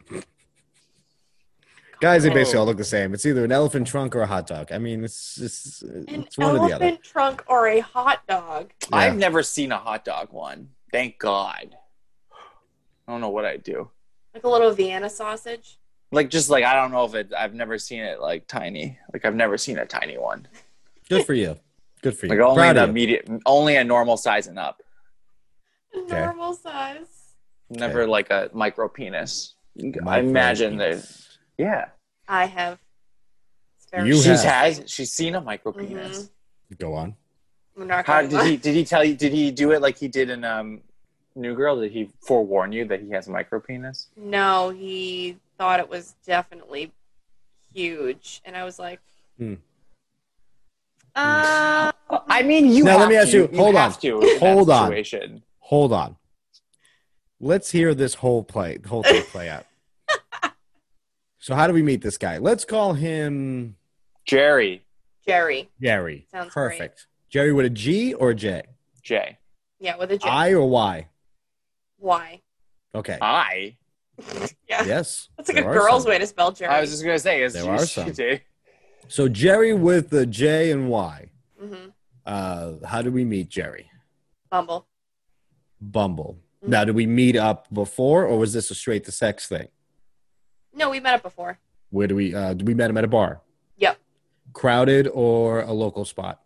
Speaker 1: Guys, they
Speaker 3: Oh.
Speaker 1: basically all look the same. It's either an elephant trunk or a hot dog. I mean, it's just
Speaker 3: An
Speaker 1: it's one or the other.
Speaker 3: elephant trunk or a hot dog.
Speaker 2: I've
Speaker 1: Yeah.
Speaker 2: never seen a hot dog one. Thank God. I don't know what I'd do.
Speaker 3: Like a little Vienna sausage.
Speaker 2: Like just like I don't know if it. I've never seen it like tiny. Like I've never seen a tiny one.
Speaker 1: Good for you. Good for you.
Speaker 2: Like only
Speaker 1: Proud
Speaker 2: the
Speaker 1: of you.
Speaker 2: immediate, only a normal size and up.
Speaker 3: Normal size.
Speaker 2: Never
Speaker 1: Okay.
Speaker 2: like a micro penis. I
Speaker 1: Micro
Speaker 2: imagine that.
Speaker 1: penis.
Speaker 2: Yeah,
Speaker 3: I have. It's very
Speaker 1: You
Speaker 2: she's
Speaker 1: have.
Speaker 2: has. She's seen a micro penis.
Speaker 3: Mhm.
Speaker 1: Go on.
Speaker 3: I'm not
Speaker 2: How
Speaker 3: gonna
Speaker 2: did
Speaker 3: lie.
Speaker 2: he? Did he tell you? Did he do it like he did in um, New Girl? Did he forewarn you that he has a micro penis?
Speaker 3: No, he thought it was definitely huge, and I was like,
Speaker 1: Hmm.
Speaker 3: uh,
Speaker 2: I mean, you.
Speaker 1: Now,
Speaker 2: have
Speaker 1: let me
Speaker 2: to.
Speaker 1: ask you- hold
Speaker 2: have
Speaker 1: on.
Speaker 2: to in that
Speaker 1: Hold on.
Speaker 2: Situation.
Speaker 1: Hold on. Let's hear this whole play, whole thing play out. so, how do we meet this guy? Let's call him
Speaker 2: Jerry,
Speaker 1: Hmm.
Speaker 3: Jerry.
Speaker 1: Jerry.
Speaker 3: Sounds great.
Speaker 1: Perfect. Jerry with a G or a J?
Speaker 2: Jay,
Speaker 3: Yeah, with a J.
Speaker 1: I or Y?
Speaker 3: Why?
Speaker 1: Okay.
Speaker 2: I.
Speaker 3: yeah.
Speaker 1: yes.
Speaker 3: That's like
Speaker 1: there
Speaker 3: a
Speaker 1: are
Speaker 3: girl's
Speaker 1: some.
Speaker 3: way to spell Jerry.
Speaker 2: I was just gonna say is
Speaker 1: There are some. So Jerry with the J and Y.
Speaker 3: hmm
Speaker 1: Uh, how do we meet Jerry?
Speaker 3: Bumble.
Speaker 1: Bumble.
Speaker 3: Mhm.
Speaker 1: Now, did we meet up before, or was this a straight to sex thing?
Speaker 3: No, we met up before.
Speaker 1: Where do we? Uh, we met him at a bar.
Speaker 3: Yep.
Speaker 1: Crowded or a local spot?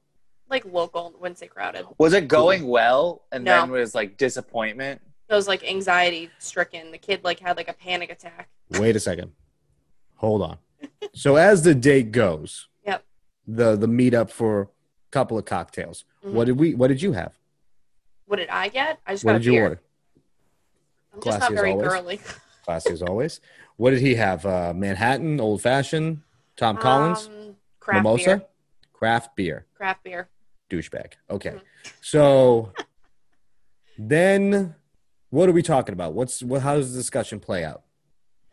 Speaker 3: Like local, wouldn't say crowded.
Speaker 2: Was it going well and
Speaker 3: No.
Speaker 2: then was like disappointment?
Speaker 3: It was like anxiety stricken. The kid like had like a panic attack.
Speaker 1: Wait a second. Hold on. So as the date goes,
Speaker 3: Yep.
Speaker 1: The the meetup for a couple of cocktails.
Speaker 3: Mhm.
Speaker 1: What did we? What did you have?
Speaker 3: What did I get? I just
Speaker 1: What
Speaker 3: got
Speaker 1: did
Speaker 3: a
Speaker 1: you
Speaker 3: beer.
Speaker 1: order?
Speaker 3: I'm just
Speaker 1: Classy
Speaker 3: not
Speaker 1: as
Speaker 3: very
Speaker 1: always.
Speaker 3: girly.
Speaker 1: Classy as always. What did he have? Uh, Manhattan, old fashioned, Tom Collins,
Speaker 3: Um, craft
Speaker 1: mimosa,
Speaker 3: beer.
Speaker 1: craft beer.
Speaker 3: Craft beer.
Speaker 1: douchebag. Okay.
Speaker 3: Mhm.
Speaker 1: So then what are we talking about? What's what how does the discussion play out?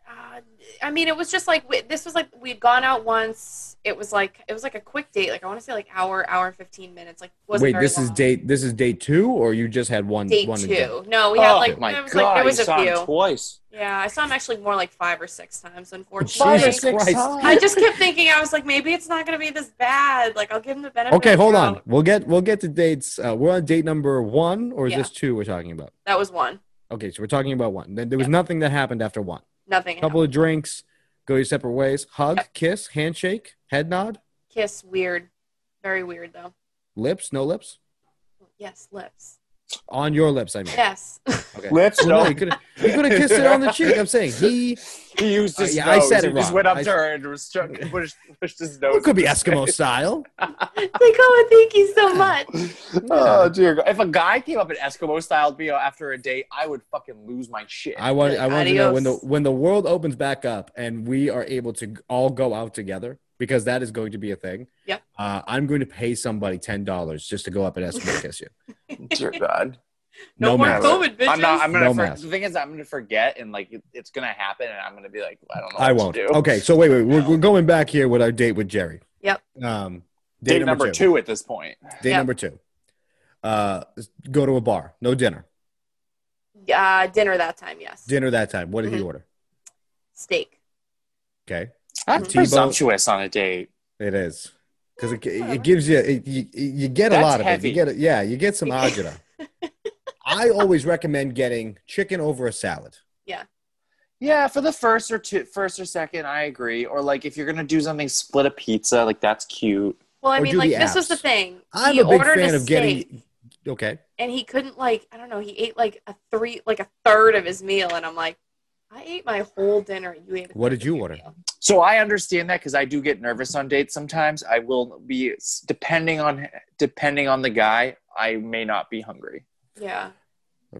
Speaker 3: Uh, I mean, it was just like we, this was like we'd gone out once. It was like it was like a quick date. Like I want to say like hour, hour and fifteen minutes. Like wasn't
Speaker 1: Wait,
Speaker 3: very
Speaker 1: this is
Speaker 3: long.
Speaker 1: date this is day 2 or you just had one
Speaker 3: Day
Speaker 1: one and done?
Speaker 3: two. No, we had
Speaker 2: oh
Speaker 3: like
Speaker 2: my
Speaker 3: there was
Speaker 2: god!
Speaker 3: like there was
Speaker 2: you
Speaker 3: a
Speaker 2: saw
Speaker 3: few.
Speaker 2: him twice.
Speaker 3: yeah, I saw him actually more like five or six times. Unfortunately,
Speaker 2: Five or
Speaker 1: Jesus
Speaker 2: six
Speaker 1: Christ.
Speaker 2: times.
Speaker 3: I just kept thinking I was like, maybe it's not gonna be this bad. Like I'll give him the benefit.
Speaker 1: Okay,
Speaker 3: of the
Speaker 1: hold
Speaker 3: doubt.
Speaker 1: on. We'll get we'll get to dates. Uh, we're on date number 1 or is
Speaker 3: Yeah.
Speaker 1: this 2 we're talking about?
Speaker 3: That was one.
Speaker 1: Okay, so we're talking about 1. Then there was nothing that happened after 1.
Speaker 3: Nothing.
Speaker 1: couple of drinks, go your separate ways, hug,
Speaker 3: Yep.
Speaker 1: kiss, handshake, head nod,
Speaker 3: Kiss weird, very weird though.
Speaker 1: lips, no lips.
Speaker 3: Yes, lips.
Speaker 1: On your lips, I mean.
Speaker 3: Yes.
Speaker 1: Okay.
Speaker 2: Let's
Speaker 1: Well, no, he could he could have kissed it on the cheek. I'm saying he
Speaker 2: He used his
Speaker 1: Uh, yeah, I
Speaker 2: nose.
Speaker 1: said it
Speaker 2: he just
Speaker 1: wrong.
Speaker 2: went up
Speaker 1: I-
Speaker 2: to her and was struck, pushed, pushed his nose.
Speaker 1: Well, it could be
Speaker 2: in her
Speaker 1: Eskimo style.
Speaker 3: like oh, thank you so much.
Speaker 2: face. oh dear! God. If a guy came up in Eskimo style bio after a date, I would fucking lose my shit.
Speaker 1: I want I want to know when the
Speaker 3: Adios.
Speaker 1: when the world opens back up and we are able to all go out together because that is going to be a thing.
Speaker 3: Yep.
Speaker 1: Uh, I'm going to pay somebody ten dollars just to go up and Eskimo kiss you.
Speaker 2: dear God.
Speaker 3: No,
Speaker 1: No
Speaker 3: more
Speaker 1: mask.
Speaker 3: COVID, bitches.
Speaker 2: I'm not. I'm gonna.
Speaker 1: No
Speaker 2: for,
Speaker 1: mask.
Speaker 2: the thing is, I'm gonna forget, and like it, it's gonna happen, and I'm gonna be like, I don't know. What
Speaker 1: I won't.
Speaker 2: To do.
Speaker 1: Okay, so wait, wait, we're,
Speaker 2: No.
Speaker 1: we're going back here with our date with Jerry.
Speaker 3: Yep.
Speaker 1: Um,
Speaker 2: Date, number two. at this point.
Speaker 1: Date
Speaker 3: Yep.
Speaker 1: number two. Uh, go to a bar. No dinner.
Speaker 3: Uh, dinner that time, yes.
Speaker 1: Dinner that time. What did he
Speaker 2: Mm-hmm.
Speaker 3: Mhm.
Speaker 1: order?
Speaker 3: Steak.
Speaker 1: Okay,
Speaker 2: That's
Speaker 1: T-bone.
Speaker 2: presumptuous on a date.
Speaker 1: it is because it,
Speaker 3: Whatever.
Speaker 1: it gives you it, you you get a
Speaker 2: That's
Speaker 1: lot of it.
Speaker 2: heavy.
Speaker 1: You get it. Yeah, you get some agita. I always recommend getting chicken over a salad.
Speaker 2: Yeah, for the first or two, first or second, I agree. Or like if you're gonna do something, split a pizza. Like that's cute.
Speaker 3: Well, I
Speaker 1: Or
Speaker 3: mean,
Speaker 1: do
Speaker 3: like
Speaker 1: the
Speaker 3: this was the
Speaker 1: apps.
Speaker 3: thing.
Speaker 1: I'm
Speaker 3: he
Speaker 1: a big
Speaker 3: ordered
Speaker 1: fan
Speaker 3: a
Speaker 1: of getting.
Speaker 3: steak,
Speaker 1: Okay,
Speaker 3: and he couldn't like I don't know. He ate like a three, like a third of his meal, and I'm like, I ate my whole dinner. You ate. A
Speaker 1: What
Speaker 3: third
Speaker 1: did you
Speaker 3: of your
Speaker 1: order?
Speaker 3: meal."
Speaker 2: So I understand that because I do get nervous on dates sometimes. I will be depending on depending on the guy. I may not be hungry.
Speaker 3: Yeah.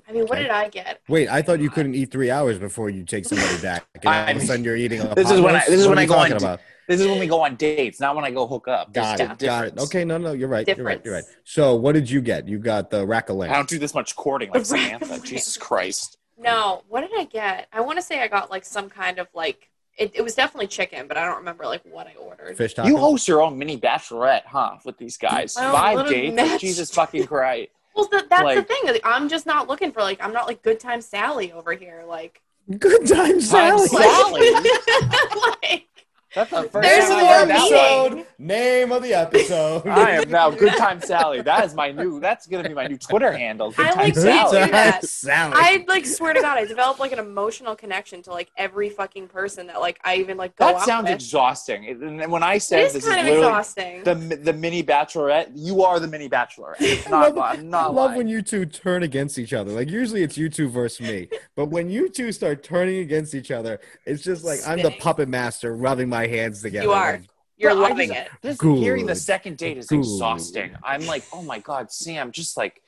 Speaker 3: I mean, what
Speaker 1: Okay.
Speaker 3: did I get?
Speaker 1: Wait, I thought you couldn't eat three hours before you take somebody back. And all of
Speaker 2: I'm-
Speaker 1: a sudden, you're eating. A
Speaker 2: This
Speaker 1: pot
Speaker 2: is when I-
Speaker 1: roast?
Speaker 2: this is
Speaker 1: What
Speaker 2: when
Speaker 1: are
Speaker 2: I
Speaker 1: you
Speaker 2: go on
Speaker 1: talking about.
Speaker 2: This is when we go on dates, not when I go hook up.
Speaker 1: Got it.
Speaker 2: There's a
Speaker 1: Got it.
Speaker 2: difference.
Speaker 1: Okay, no, no, you're right. You're right. You're right.
Speaker 3: Difference.
Speaker 1: So, what did you get? You got the rack of
Speaker 2: I
Speaker 1: links.
Speaker 2: don't do this much courting like
Speaker 3: The rack of
Speaker 2: Samantha.
Speaker 3: ribs.
Speaker 2: Jesus Christ.
Speaker 3: No, what did I get? I want to say I got like some kind of like it, it was definitely chicken, but I don't remember like what I ordered.
Speaker 1: Fish tacos.
Speaker 2: You host your own mini bachelorette, huh? With these guys,
Speaker 3: Oh,
Speaker 2: five
Speaker 3: little
Speaker 2: dates.
Speaker 3: match.
Speaker 2: Jesus fucking Christ.
Speaker 3: Well, th- that's the
Speaker 2: Like-
Speaker 3: thing. like, I'm just not looking for like I'm not like good time Sally over here. Like,
Speaker 1: Good time, Sally.
Speaker 2: Sally.
Speaker 3: like
Speaker 2: That's the first
Speaker 3: There's
Speaker 2: time
Speaker 3: more
Speaker 2: I've heard that
Speaker 3: meaning.
Speaker 2: one.
Speaker 1: Name of the episode.
Speaker 2: I am now Good Time Sally. That is my new. That's gonna be my new Twitter handle. Good
Speaker 3: I
Speaker 2: Time
Speaker 3: like to
Speaker 2: Sally.
Speaker 3: do that.
Speaker 1: Sally.
Speaker 3: I like swear to God, I developed like an emotional connection to like every fucking person that like I even like go
Speaker 2: That
Speaker 3: out
Speaker 2: sounds
Speaker 3: with.
Speaker 2: exhausting. And then when I
Speaker 3: It
Speaker 2: said
Speaker 3: is
Speaker 2: this is
Speaker 3: kind of
Speaker 2: literally
Speaker 3: exhausting.
Speaker 2: the the mini Bachelorette, you are the mini Bachelorette. It's
Speaker 1: I
Speaker 2: not.
Speaker 1: love-
Speaker 2: I'm
Speaker 1: I
Speaker 2: not
Speaker 1: love
Speaker 2: lying.
Speaker 1: when you two turn against each other. Like usually it's you two versus me, but when you two start turning against each other, it's just like I'm the
Speaker 3: Spinning.
Speaker 1: puppet master, rubbing my hands together.
Speaker 3: are.
Speaker 1: like,
Speaker 3: You're
Speaker 2: But I
Speaker 3: loving
Speaker 2: just-
Speaker 3: it.
Speaker 2: This
Speaker 1: Good.
Speaker 2: hearing the second date is
Speaker 1: Good.
Speaker 2: exhausting. I'm like, oh my god, Sam, just like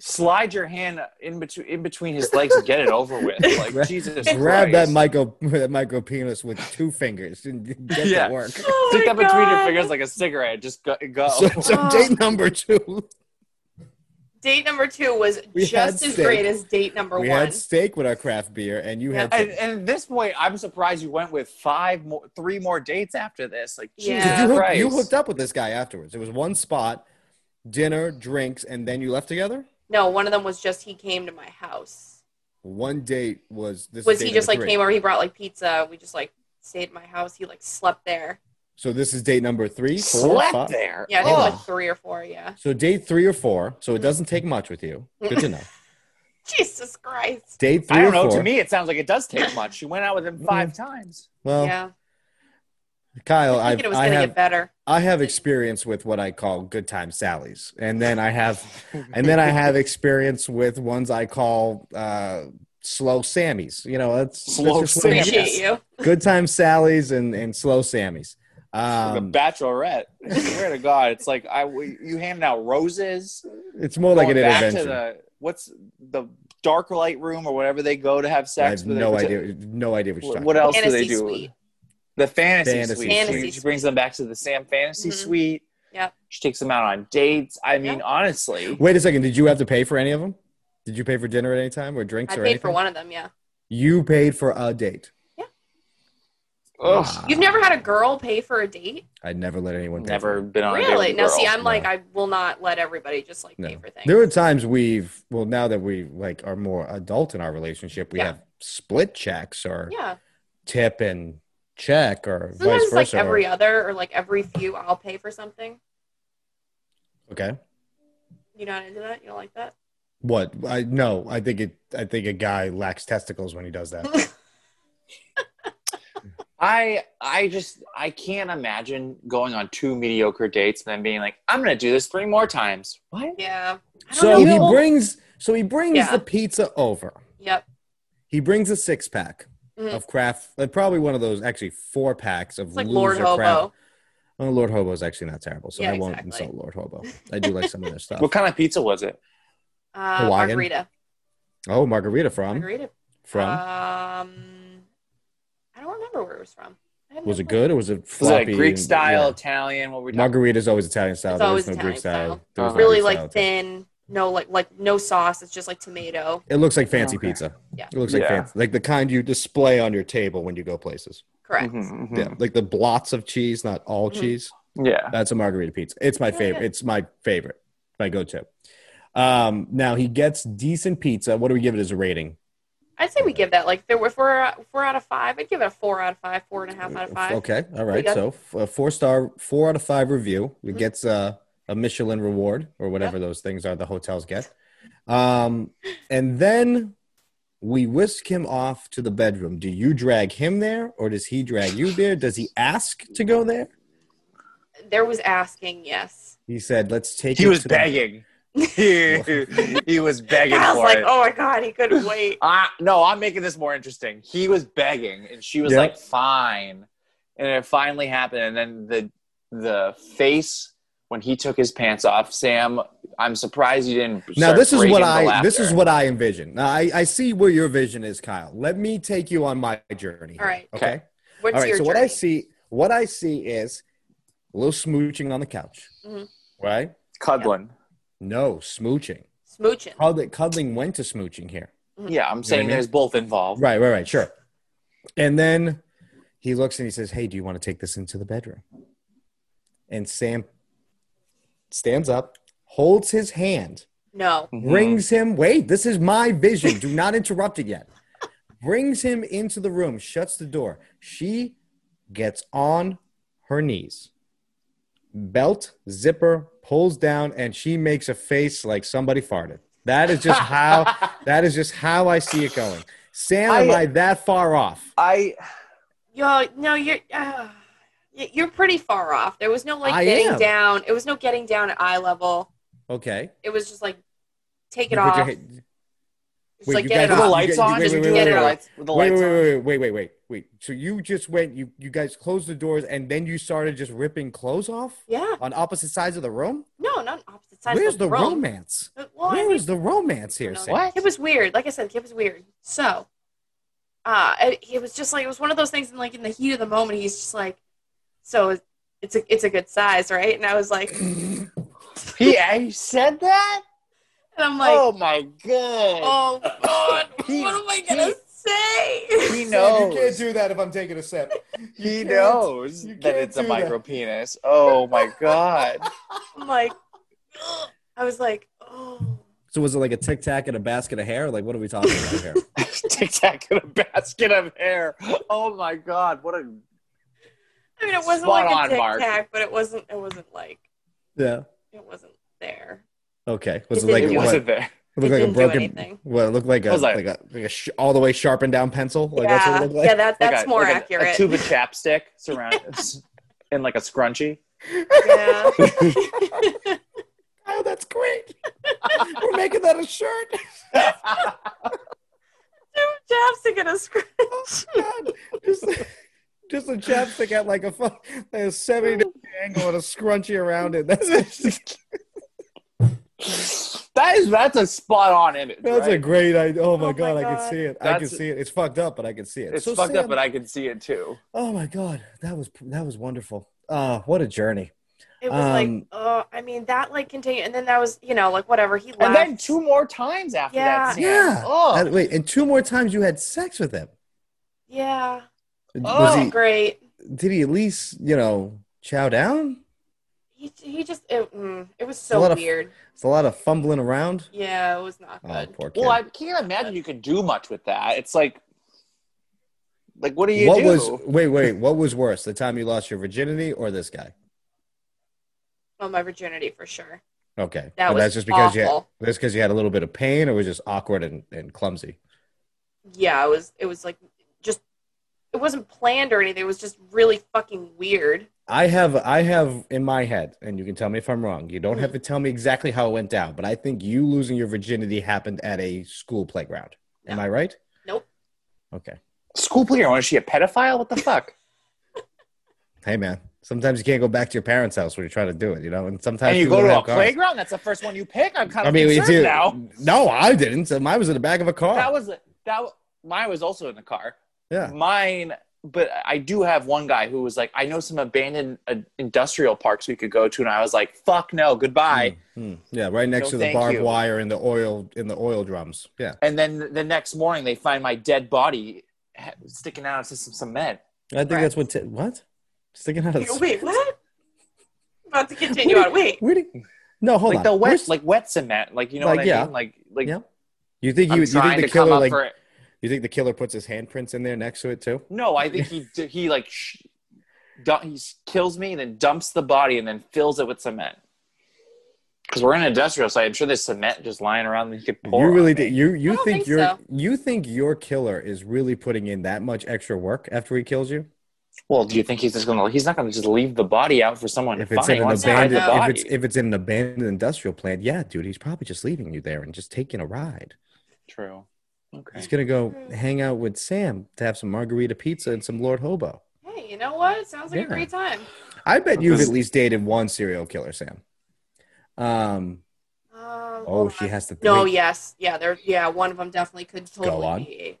Speaker 2: slide your hand in between in between his legs and get it over with.
Speaker 1: Gra-
Speaker 2: Like Jesus,
Speaker 1: grab that
Speaker 2: Christ.
Speaker 1: micro that micro penis with two fingers and get
Speaker 2: Yeah.
Speaker 1: to work.
Speaker 3: Oh
Speaker 2: Stick
Speaker 3: my
Speaker 2: that between your
Speaker 3: God.
Speaker 2: fingers like a cigarette. Just go. go.
Speaker 1: So,
Speaker 3: Oh.
Speaker 1: so date number two,
Speaker 3: Date number two was
Speaker 1: We had
Speaker 3: just as
Speaker 1: steak.
Speaker 3: great as date number
Speaker 1: we
Speaker 3: one.
Speaker 1: had steak with our craft beer, and you had.
Speaker 2: and, and at this point, I'm surprised you went with five more, three more dates after this. Like, Jesus
Speaker 3: Yeah.
Speaker 1: you,
Speaker 3: Did
Speaker 1: hooked,
Speaker 2: Christ.
Speaker 1: you hooked up with this guy afterwards. It was one spot, dinner, drinks, and then you left together.
Speaker 3: No, one of them was just he came to my house.
Speaker 1: One date was this. is
Speaker 3: Was
Speaker 1: date
Speaker 3: he just like
Speaker 1: number three.
Speaker 3: came over? He brought like pizza. We just like stayed at my house. He like slept there.
Speaker 1: So this is date number three, four,
Speaker 2: Slept
Speaker 1: five.
Speaker 2: there. Oh
Speaker 3: Yeah, I think it was
Speaker 2: Ugh.
Speaker 1: oh.
Speaker 3: like three or four. Yeah.
Speaker 1: So date three or four. So it doesn't take much with you. Good to know.
Speaker 3: Jesus Christ.
Speaker 1: Date three
Speaker 2: I don't
Speaker 1: or
Speaker 2: know.
Speaker 1: four. Mm-hmm.
Speaker 2: To me, it sounds like it does take much. She went out with him five times.
Speaker 1: well,
Speaker 3: yeah.
Speaker 1: Kyle,
Speaker 3: I
Speaker 1: I've,
Speaker 3: think it was
Speaker 1: I
Speaker 3: gonna
Speaker 1: have
Speaker 3: get better.
Speaker 1: I have experience with what I call good time sallies, and then I have and then I have experience with ones I call uh, slow Sammys. You know, that's that's
Speaker 2: Slow
Speaker 1: just what it is.
Speaker 2: Sammys.
Speaker 3: Appreciate
Speaker 2: Oh, Yes.
Speaker 3: you.
Speaker 1: Good time sallies and and slow Sammys. Um,
Speaker 2: the Bachelorette. I swear to God, it's like I we- you handing out roses.
Speaker 1: it's more like an
Speaker 2: going back
Speaker 1: intervention.
Speaker 2: To the, what's the dark light room or whatever they go to have
Speaker 1: I
Speaker 2: sex?
Speaker 1: have
Speaker 2: with
Speaker 1: no
Speaker 2: it.
Speaker 1: idea. No idea what you're talking
Speaker 2: What
Speaker 1: about.
Speaker 2: else do they
Speaker 3: Fantasy
Speaker 2: do?
Speaker 3: suite.
Speaker 2: The fantasy,
Speaker 1: Fantasy
Speaker 2: suite.
Speaker 1: Fantasy
Speaker 2: she, she brings them back to the Sam fantasy
Speaker 3: Mhm.
Speaker 2: suite.
Speaker 3: Yep.
Speaker 2: She takes them out on dates. I mean, honestly,
Speaker 1: Wait a second. Did you have to pay for any of them? Did you pay for dinner at any time or drinks
Speaker 3: I
Speaker 1: or
Speaker 3: paid
Speaker 1: anything?
Speaker 3: for one of them. Yeah.
Speaker 1: You paid for a date. Uh,
Speaker 2: ugh,
Speaker 3: You've never had a girl pay for a date?
Speaker 1: I never let anyone. Pay
Speaker 2: never
Speaker 1: For it.
Speaker 2: been on a date
Speaker 3: Really?
Speaker 2: with a
Speaker 3: Now, see,
Speaker 2: girl.
Speaker 3: I'm like, I will not let everybody just like pay
Speaker 1: No.
Speaker 3: for things.
Speaker 1: There are times we've well now that we like are more adult in our relationship, we
Speaker 3: Yeah.
Speaker 1: have split checks or
Speaker 3: yeah.
Speaker 1: tip and check or
Speaker 3: Sometimes
Speaker 1: vice versa.
Speaker 3: like
Speaker 1: or-
Speaker 3: every other or like every few, I'll pay for something.
Speaker 1: okay.
Speaker 3: You not into that? You don't like that?
Speaker 1: What I no, I think it. I think a guy lacks testicles when he does that.
Speaker 2: I I just I can't imagine going on two mediocre dates and then being like, I'm gonna do this three more times. What?
Speaker 3: Yeah. I don't
Speaker 1: so
Speaker 3: know.
Speaker 1: he brings. So he brings
Speaker 3: Yeah.
Speaker 1: the pizza over.
Speaker 3: Yep.
Speaker 1: He brings a six pack
Speaker 3: Mhm.
Speaker 1: of craft, like probably one of those actually four packs of
Speaker 3: It's like
Speaker 1: loser
Speaker 3: Lord Hobo.
Speaker 1: craft. Well, Lord Hobo is actually not terrible, so
Speaker 3: Yeah,
Speaker 1: I won't
Speaker 3: exactly.
Speaker 1: insult Lord Hobo. I do like some of their stuff.
Speaker 2: What kind of pizza was it?
Speaker 3: Uh,
Speaker 1: Hawaiian?
Speaker 3: margarita.
Speaker 1: Oh, margarita from
Speaker 3: Margarita.
Speaker 1: from
Speaker 3: Um, I don't remember where it was from. I have no
Speaker 1: was it
Speaker 3: clue.
Speaker 1: good or was it
Speaker 2: Was
Speaker 1: floppy?
Speaker 2: it like Greek
Speaker 1: and-
Speaker 2: style,
Speaker 1: yeah.
Speaker 2: Italian? What were we talking
Speaker 1: Margarita is always Italian style.
Speaker 3: It's
Speaker 1: There
Speaker 3: always
Speaker 1: is no Greek
Speaker 3: Italian
Speaker 1: style.
Speaker 3: style.
Speaker 1: There is no
Speaker 2: Margarita
Speaker 3: Really
Speaker 1: Greek
Speaker 3: like
Speaker 1: style.
Speaker 3: thin, no like like no sauce. It's just like tomato.
Speaker 1: It looks like fancy
Speaker 2: Okay.
Speaker 1: pizza.
Speaker 3: Yeah.
Speaker 1: It looks like
Speaker 2: Yeah.
Speaker 1: fancy, like the kind you display on your table when you go places.
Speaker 3: Correct.
Speaker 2: Mhm, mhm.
Speaker 1: Yeah, like the blots of cheese, not all
Speaker 3: Mhm.
Speaker 1: cheese.
Speaker 2: Yeah.
Speaker 1: That's a margarita pizza. It's my
Speaker 3: Yeah,
Speaker 1: favorite.
Speaker 3: yeah.
Speaker 1: It's my favorite. My go-to. Um, now he gets decent pizza. What do we give it as a rating?
Speaker 3: I'd say we give that like if there- if we're if we're out of five, I'd give it a four out of five, four and a half out of five.
Speaker 1: Okay, all right.
Speaker 3: got-
Speaker 1: So f- a four star, four out of five review. It
Speaker 3: Mhm.
Speaker 1: gets uh, a Michelin reward or whatever those things are the hotels get. Um, and then we whisk him off to the bedroom. Do you drag him there, or does he drag you there? Does he ask to go there?
Speaker 3: there was asking, yes.
Speaker 1: He said, "Let's take."
Speaker 2: He
Speaker 1: it
Speaker 2: was
Speaker 1: to the-
Speaker 2: begging. he, he was begging
Speaker 3: I was
Speaker 2: for
Speaker 3: like,
Speaker 2: it.
Speaker 3: oh my god, he couldn't wait.
Speaker 2: Ah, no, I'm making this more interesting. He was begging, and she was
Speaker 1: Yeah.
Speaker 2: like, "Fine," and it finally happened. And then the the face when he took his pants off, Sam. I'm surprised you didn't.
Speaker 1: now
Speaker 2: start
Speaker 1: this is
Speaker 2: breaking
Speaker 1: what
Speaker 2: the
Speaker 1: I this is
Speaker 2: laughter.
Speaker 1: what I envision. Now I, I see where your vision is, Kyle. Let me take you on my journey. here,
Speaker 3: All right.
Speaker 1: Okay.
Speaker 3: What's
Speaker 1: All right.
Speaker 3: your
Speaker 1: So what I
Speaker 3: journey?
Speaker 1: see what I see is a little smooching on the couch.
Speaker 3: Mhm.
Speaker 1: Right?
Speaker 2: cuddling.
Speaker 1: No smooching.
Speaker 3: smooching.
Speaker 1: Cuddling, cuddling went to smooching here.
Speaker 2: Yeah, I'm
Speaker 1: I
Speaker 2: saying
Speaker 1: mean?
Speaker 2: there's both involved.
Speaker 1: Right. Right. Right. Sure. And then he looks and he says, "Hey, do you want to take this into the bedroom?" And Sam stands up, holds his hand,
Speaker 3: No.
Speaker 2: Mhm.
Speaker 1: brings him wait this is my vision do not interrupt it yet brings him into the room shuts the door she gets on her knees belt zipper pulls down and she makes a face like somebody farted that is just how that is just how i see it going sam am
Speaker 2: I-
Speaker 1: i that far off
Speaker 2: I
Speaker 3: Yo, no, you're uh, you're pretty far off. There was no like
Speaker 1: I
Speaker 3: getting
Speaker 1: am.
Speaker 3: down. It was no getting down at eye level.
Speaker 1: okay
Speaker 3: It was just like take it
Speaker 1: You put your
Speaker 3: off.
Speaker 1: hand-
Speaker 3: Just
Speaker 1: wait,
Speaker 3: like
Speaker 1: you
Speaker 3: get
Speaker 1: guys-
Speaker 3: it
Speaker 2: with
Speaker 1: Wait,
Speaker 2: the
Speaker 1: you
Speaker 2: lights
Speaker 3: off.
Speaker 1: get-
Speaker 2: on.
Speaker 3: wait,
Speaker 2: Just
Speaker 3: wait,
Speaker 2: do
Speaker 3: wait,
Speaker 2: it with
Speaker 3: wait.
Speaker 2: the lights. With the
Speaker 1: wait,
Speaker 2: lights
Speaker 1: wait,
Speaker 2: on.
Speaker 1: wait, wait, wait, wait, wait, wait. So you just went, you you guys closed the doors, and then you started just ripping clothes off
Speaker 3: Yeah.
Speaker 1: on opposite sides of the room.
Speaker 3: No, not on opposite sides.
Speaker 1: Where's
Speaker 3: of
Speaker 1: the
Speaker 3: room.
Speaker 1: romance?
Speaker 3: But, well, I
Speaker 1: Where
Speaker 3: mean,
Speaker 1: is the romance
Speaker 3: I
Speaker 1: here,
Speaker 3: don't
Speaker 1: Sam?
Speaker 3: know. It was weird. Like I said, it was weird. So, uh, it, it was just like it was one of those things. And like in the heat of the moment, he's just like, "So it's a it's a good size, right?" And I was like, and
Speaker 2: He, he said that?
Speaker 3: I'm like,
Speaker 2: oh
Speaker 3: "Oh,
Speaker 2: my god.
Speaker 3: God,
Speaker 2: He-
Speaker 3: what am I gonna
Speaker 2: he-
Speaker 3: say?"
Speaker 2: he
Speaker 1: Sam,
Speaker 2: knows.
Speaker 1: you can't do that if I'm taking a sip.
Speaker 2: he
Speaker 1: can't-
Speaker 2: knows
Speaker 1: you
Speaker 2: that
Speaker 1: can't
Speaker 2: it's a
Speaker 1: do that.
Speaker 2: micro penis. Oh my god.
Speaker 3: I'm like, ugh. I was like, "Oh,
Speaker 1: So was it like a tic tac and a basket of hair? Like what are we talking about here?
Speaker 2: Tic Tac in a basket of hair. Oh my god. What a
Speaker 3: I mean, it wasn't
Speaker 2: Spot
Speaker 3: like
Speaker 2: on,
Speaker 3: a
Speaker 2: Mark.
Speaker 3: tic tac, but it wasn't it wasn't like
Speaker 1: yeah.
Speaker 3: it wasn't there.
Speaker 1: Okay. Was it
Speaker 3: It
Speaker 1: like
Speaker 2: it
Speaker 3: didn't-
Speaker 1: what-
Speaker 2: wasn't there.
Speaker 1: it looked like
Speaker 3: it
Speaker 1: a
Speaker 3: didn't do
Speaker 1: broken?
Speaker 3: anything.
Speaker 1: Well, it looked like a
Speaker 2: It was like-
Speaker 1: like a, like a sh- all the way sharpened down pencil. Like that's what
Speaker 3: yeah,
Speaker 1: it looked like.
Speaker 3: yeah, that
Speaker 2: Like
Speaker 3: that's
Speaker 2: a-
Speaker 3: more
Speaker 2: like a- A,
Speaker 3: accurate.
Speaker 2: tube of chapstick surrounded in like a scrunchie.
Speaker 3: yeah.
Speaker 1: Oh, that's great. We're making that a shirt.
Speaker 3: two chapstick and a scratch.
Speaker 1: Oh, God, just, just a chapstick at like a, fu- like a 70 degree angle and a scrunchie around it. That's,
Speaker 2: that is that's a spot on image.
Speaker 1: that's a
Speaker 2: right?
Speaker 1: great idea. Oh my,
Speaker 3: Oh my
Speaker 1: God, I can
Speaker 3: God.
Speaker 1: see it. I can
Speaker 2: That's-
Speaker 1: see it. It's fucked up, but I can see it.
Speaker 2: it's
Speaker 1: So
Speaker 2: fucked
Speaker 1: Sam-
Speaker 2: up, but I can see it too.
Speaker 1: oh my God, that was that was wonderful. Ah, what a journey.
Speaker 3: It was like,
Speaker 1: Um,
Speaker 3: oh, I mean, that like continued, and then that was, you know, like whatever he left.
Speaker 2: And then two more times after
Speaker 3: Yeah.
Speaker 2: that. Sam.
Speaker 1: Yeah.
Speaker 2: Oh.
Speaker 1: That- wait, and two more times you had sex with him.
Speaker 3: yeah,
Speaker 1: Was
Speaker 2: Oh.
Speaker 1: he?
Speaker 3: wasn't great.
Speaker 1: Did he at least you know chow down?
Speaker 3: He he just it, mm, it was so
Speaker 1: lot of-
Speaker 3: weird.
Speaker 1: It's a lot of fumbling around.
Speaker 3: yeah, it was not
Speaker 1: Oh,
Speaker 3: good.
Speaker 1: poor kid.
Speaker 2: Uh, Well, I can't imagine you could do much with that. It's like, like what do you
Speaker 1: what
Speaker 2: do?
Speaker 1: was wait wait what was worse the time you lost your virginity or this guy
Speaker 3: Oh, my virginity for sure.
Speaker 1: okay
Speaker 3: That
Speaker 1: But
Speaker 3: was
Speaker 1: that's just because you had,
Speaker 3: awful.
Speaker 1: that's because you had a little bit of pain or was just awkward and, and clumsy
Speaker 3: Yeah, it was it was like just it wasn't planned or anything. It was just really fucking weird.
Speaker 1: i have i have in my head and you can tell me if i'm wrong you don't have to tell me exactly how it went down but i think you losing your virginity happened at a school playground am
Speaker 3: No.
Speaker 1: i right
Speaker 3: Nope.
Speaker 1: okay
Speaker 2: school player? Was she a pedophile? What the fuck?
Speaker 1: hey man sometimes you can't go back to your parents house when you're trying to do it you know and sometimes
Speaker 2: and you
Speaker 1: people
Speaker 2: go
Speaker 1: don't
Speaker 2: to a
Speaker 1: have cars.
Speaker 2: playground? That's the first one you pick. I'm kind
Speaker 1: i
Speaker 2: of
Speaker 1: mean we
Speaker 2: concerned
Speaker 1: do
Speaker 2: now.
Speaker 1: no i didn't so mine was in the back of a car
Speaker 2: That was that. w- Mine was also in the car.
Speaker 1: yeah
Speaker 2: Mine, but I do have one guy who was like, I know some abandoned uh, industrial parks we could go to, and I was like, fuck no, goodbye.
Speaker 1: Mm, mm. Yeah, right next
Speaker 2: No,
Speaker 1: to the
Speaker 2: thank
Speaker 1: barbed
Speaker 2: you.
Speaker 1: wire and the oil in the oil drums. Yeah.
Speaker 2: And then the next morning, they find my dead body ha- sticking out to some cement.
Speaker 1: I think
Speaker 3: Right.
Speaker 1: that's what t- what? Sticking out of the
Speaker 3: Wait, what? About to continue on. Wait,
Speaker 1: Where did- No, hold
Speaker 2: like
Speaker 1: on.
Speaker 2: the wet,
Speaker 1: Where's-
Speaker 2: like wet cement. Like you know
Speaker 1: Like,
Speaker 2: what I
Speaker 1: yeah.
Speaker 2: mean? Like like
Speaker 1: Yeah. you think
Speaker 2: I'm
Speaker 1: you, you
Speaker 2: trying
Speaker 1: think the
Speaker 2: to come
Speaker 1: killer
Speaker 2: up
Speaker 1: like
Speaker 2: for it.
Speaker 1: you think the killer puts his handprints in there next to it too?
Speaker 2: No, I think he d- he like sh- du- he s- kills me and then dumps the body and then fills it with cement. Because we're in an industrial site, I'm sure there's cement just lying around that he could pour.
Speaker 1: you really
Speaker 2: on
Speaker 1: think
Speaker 2: me.
Speaker 1: you you
Speaker 3: I don't
Speaker 1: think,
Speaker 3: think
Speaker 1: your
Speaker 3: so.
Speaker 1: you think your killer is really putting in that much extra work after he kills you?
Speaker 2: Well, do you think he's just gonna? He's not gonna just leave the body out for someone
Speaker 1: If
Speaker 2: to
Speaker 1: it's
Speaker 2: find.
Speaker 1: in an
Speaker 2: Wants to hide
Speaker 1: abandoned,
Speaker 2: the
Speaker 3: No.
Speaker 1: if
Speaker 2: body.
Speaker 1: it's if it's in an abandoned industrial plant, yeah, dude, he's probably just leaving you there and just taking a ride.
Speaker 2: True. Okay.
Speaker 1: He's gonna go
Speaker 3: True.
Speaker 1: hang out with Sam to have some margarita pizza and some Lord Hobo.
Speaker 3: Hey, you know what? Sounds like
Speaker 1: Yeah.
Speaker 3: a great time.
Speaker 1: I bet you've
Speaker 2: Because-
Speaker 1: at least dated one serial killer, Sam. Um.
Speaker 3: Um,
Speaker 1: Oh,
Speaker 3: hold
Speaker 1: she
Speaker 3: on.
Speaker 1: has to.
Speaker 3: No,
Speaker 1: wait,
Speaker 3: yes, yeah, there, yeah, one of them definitely could totally
Speaker 1: on.
Speaker 3: be.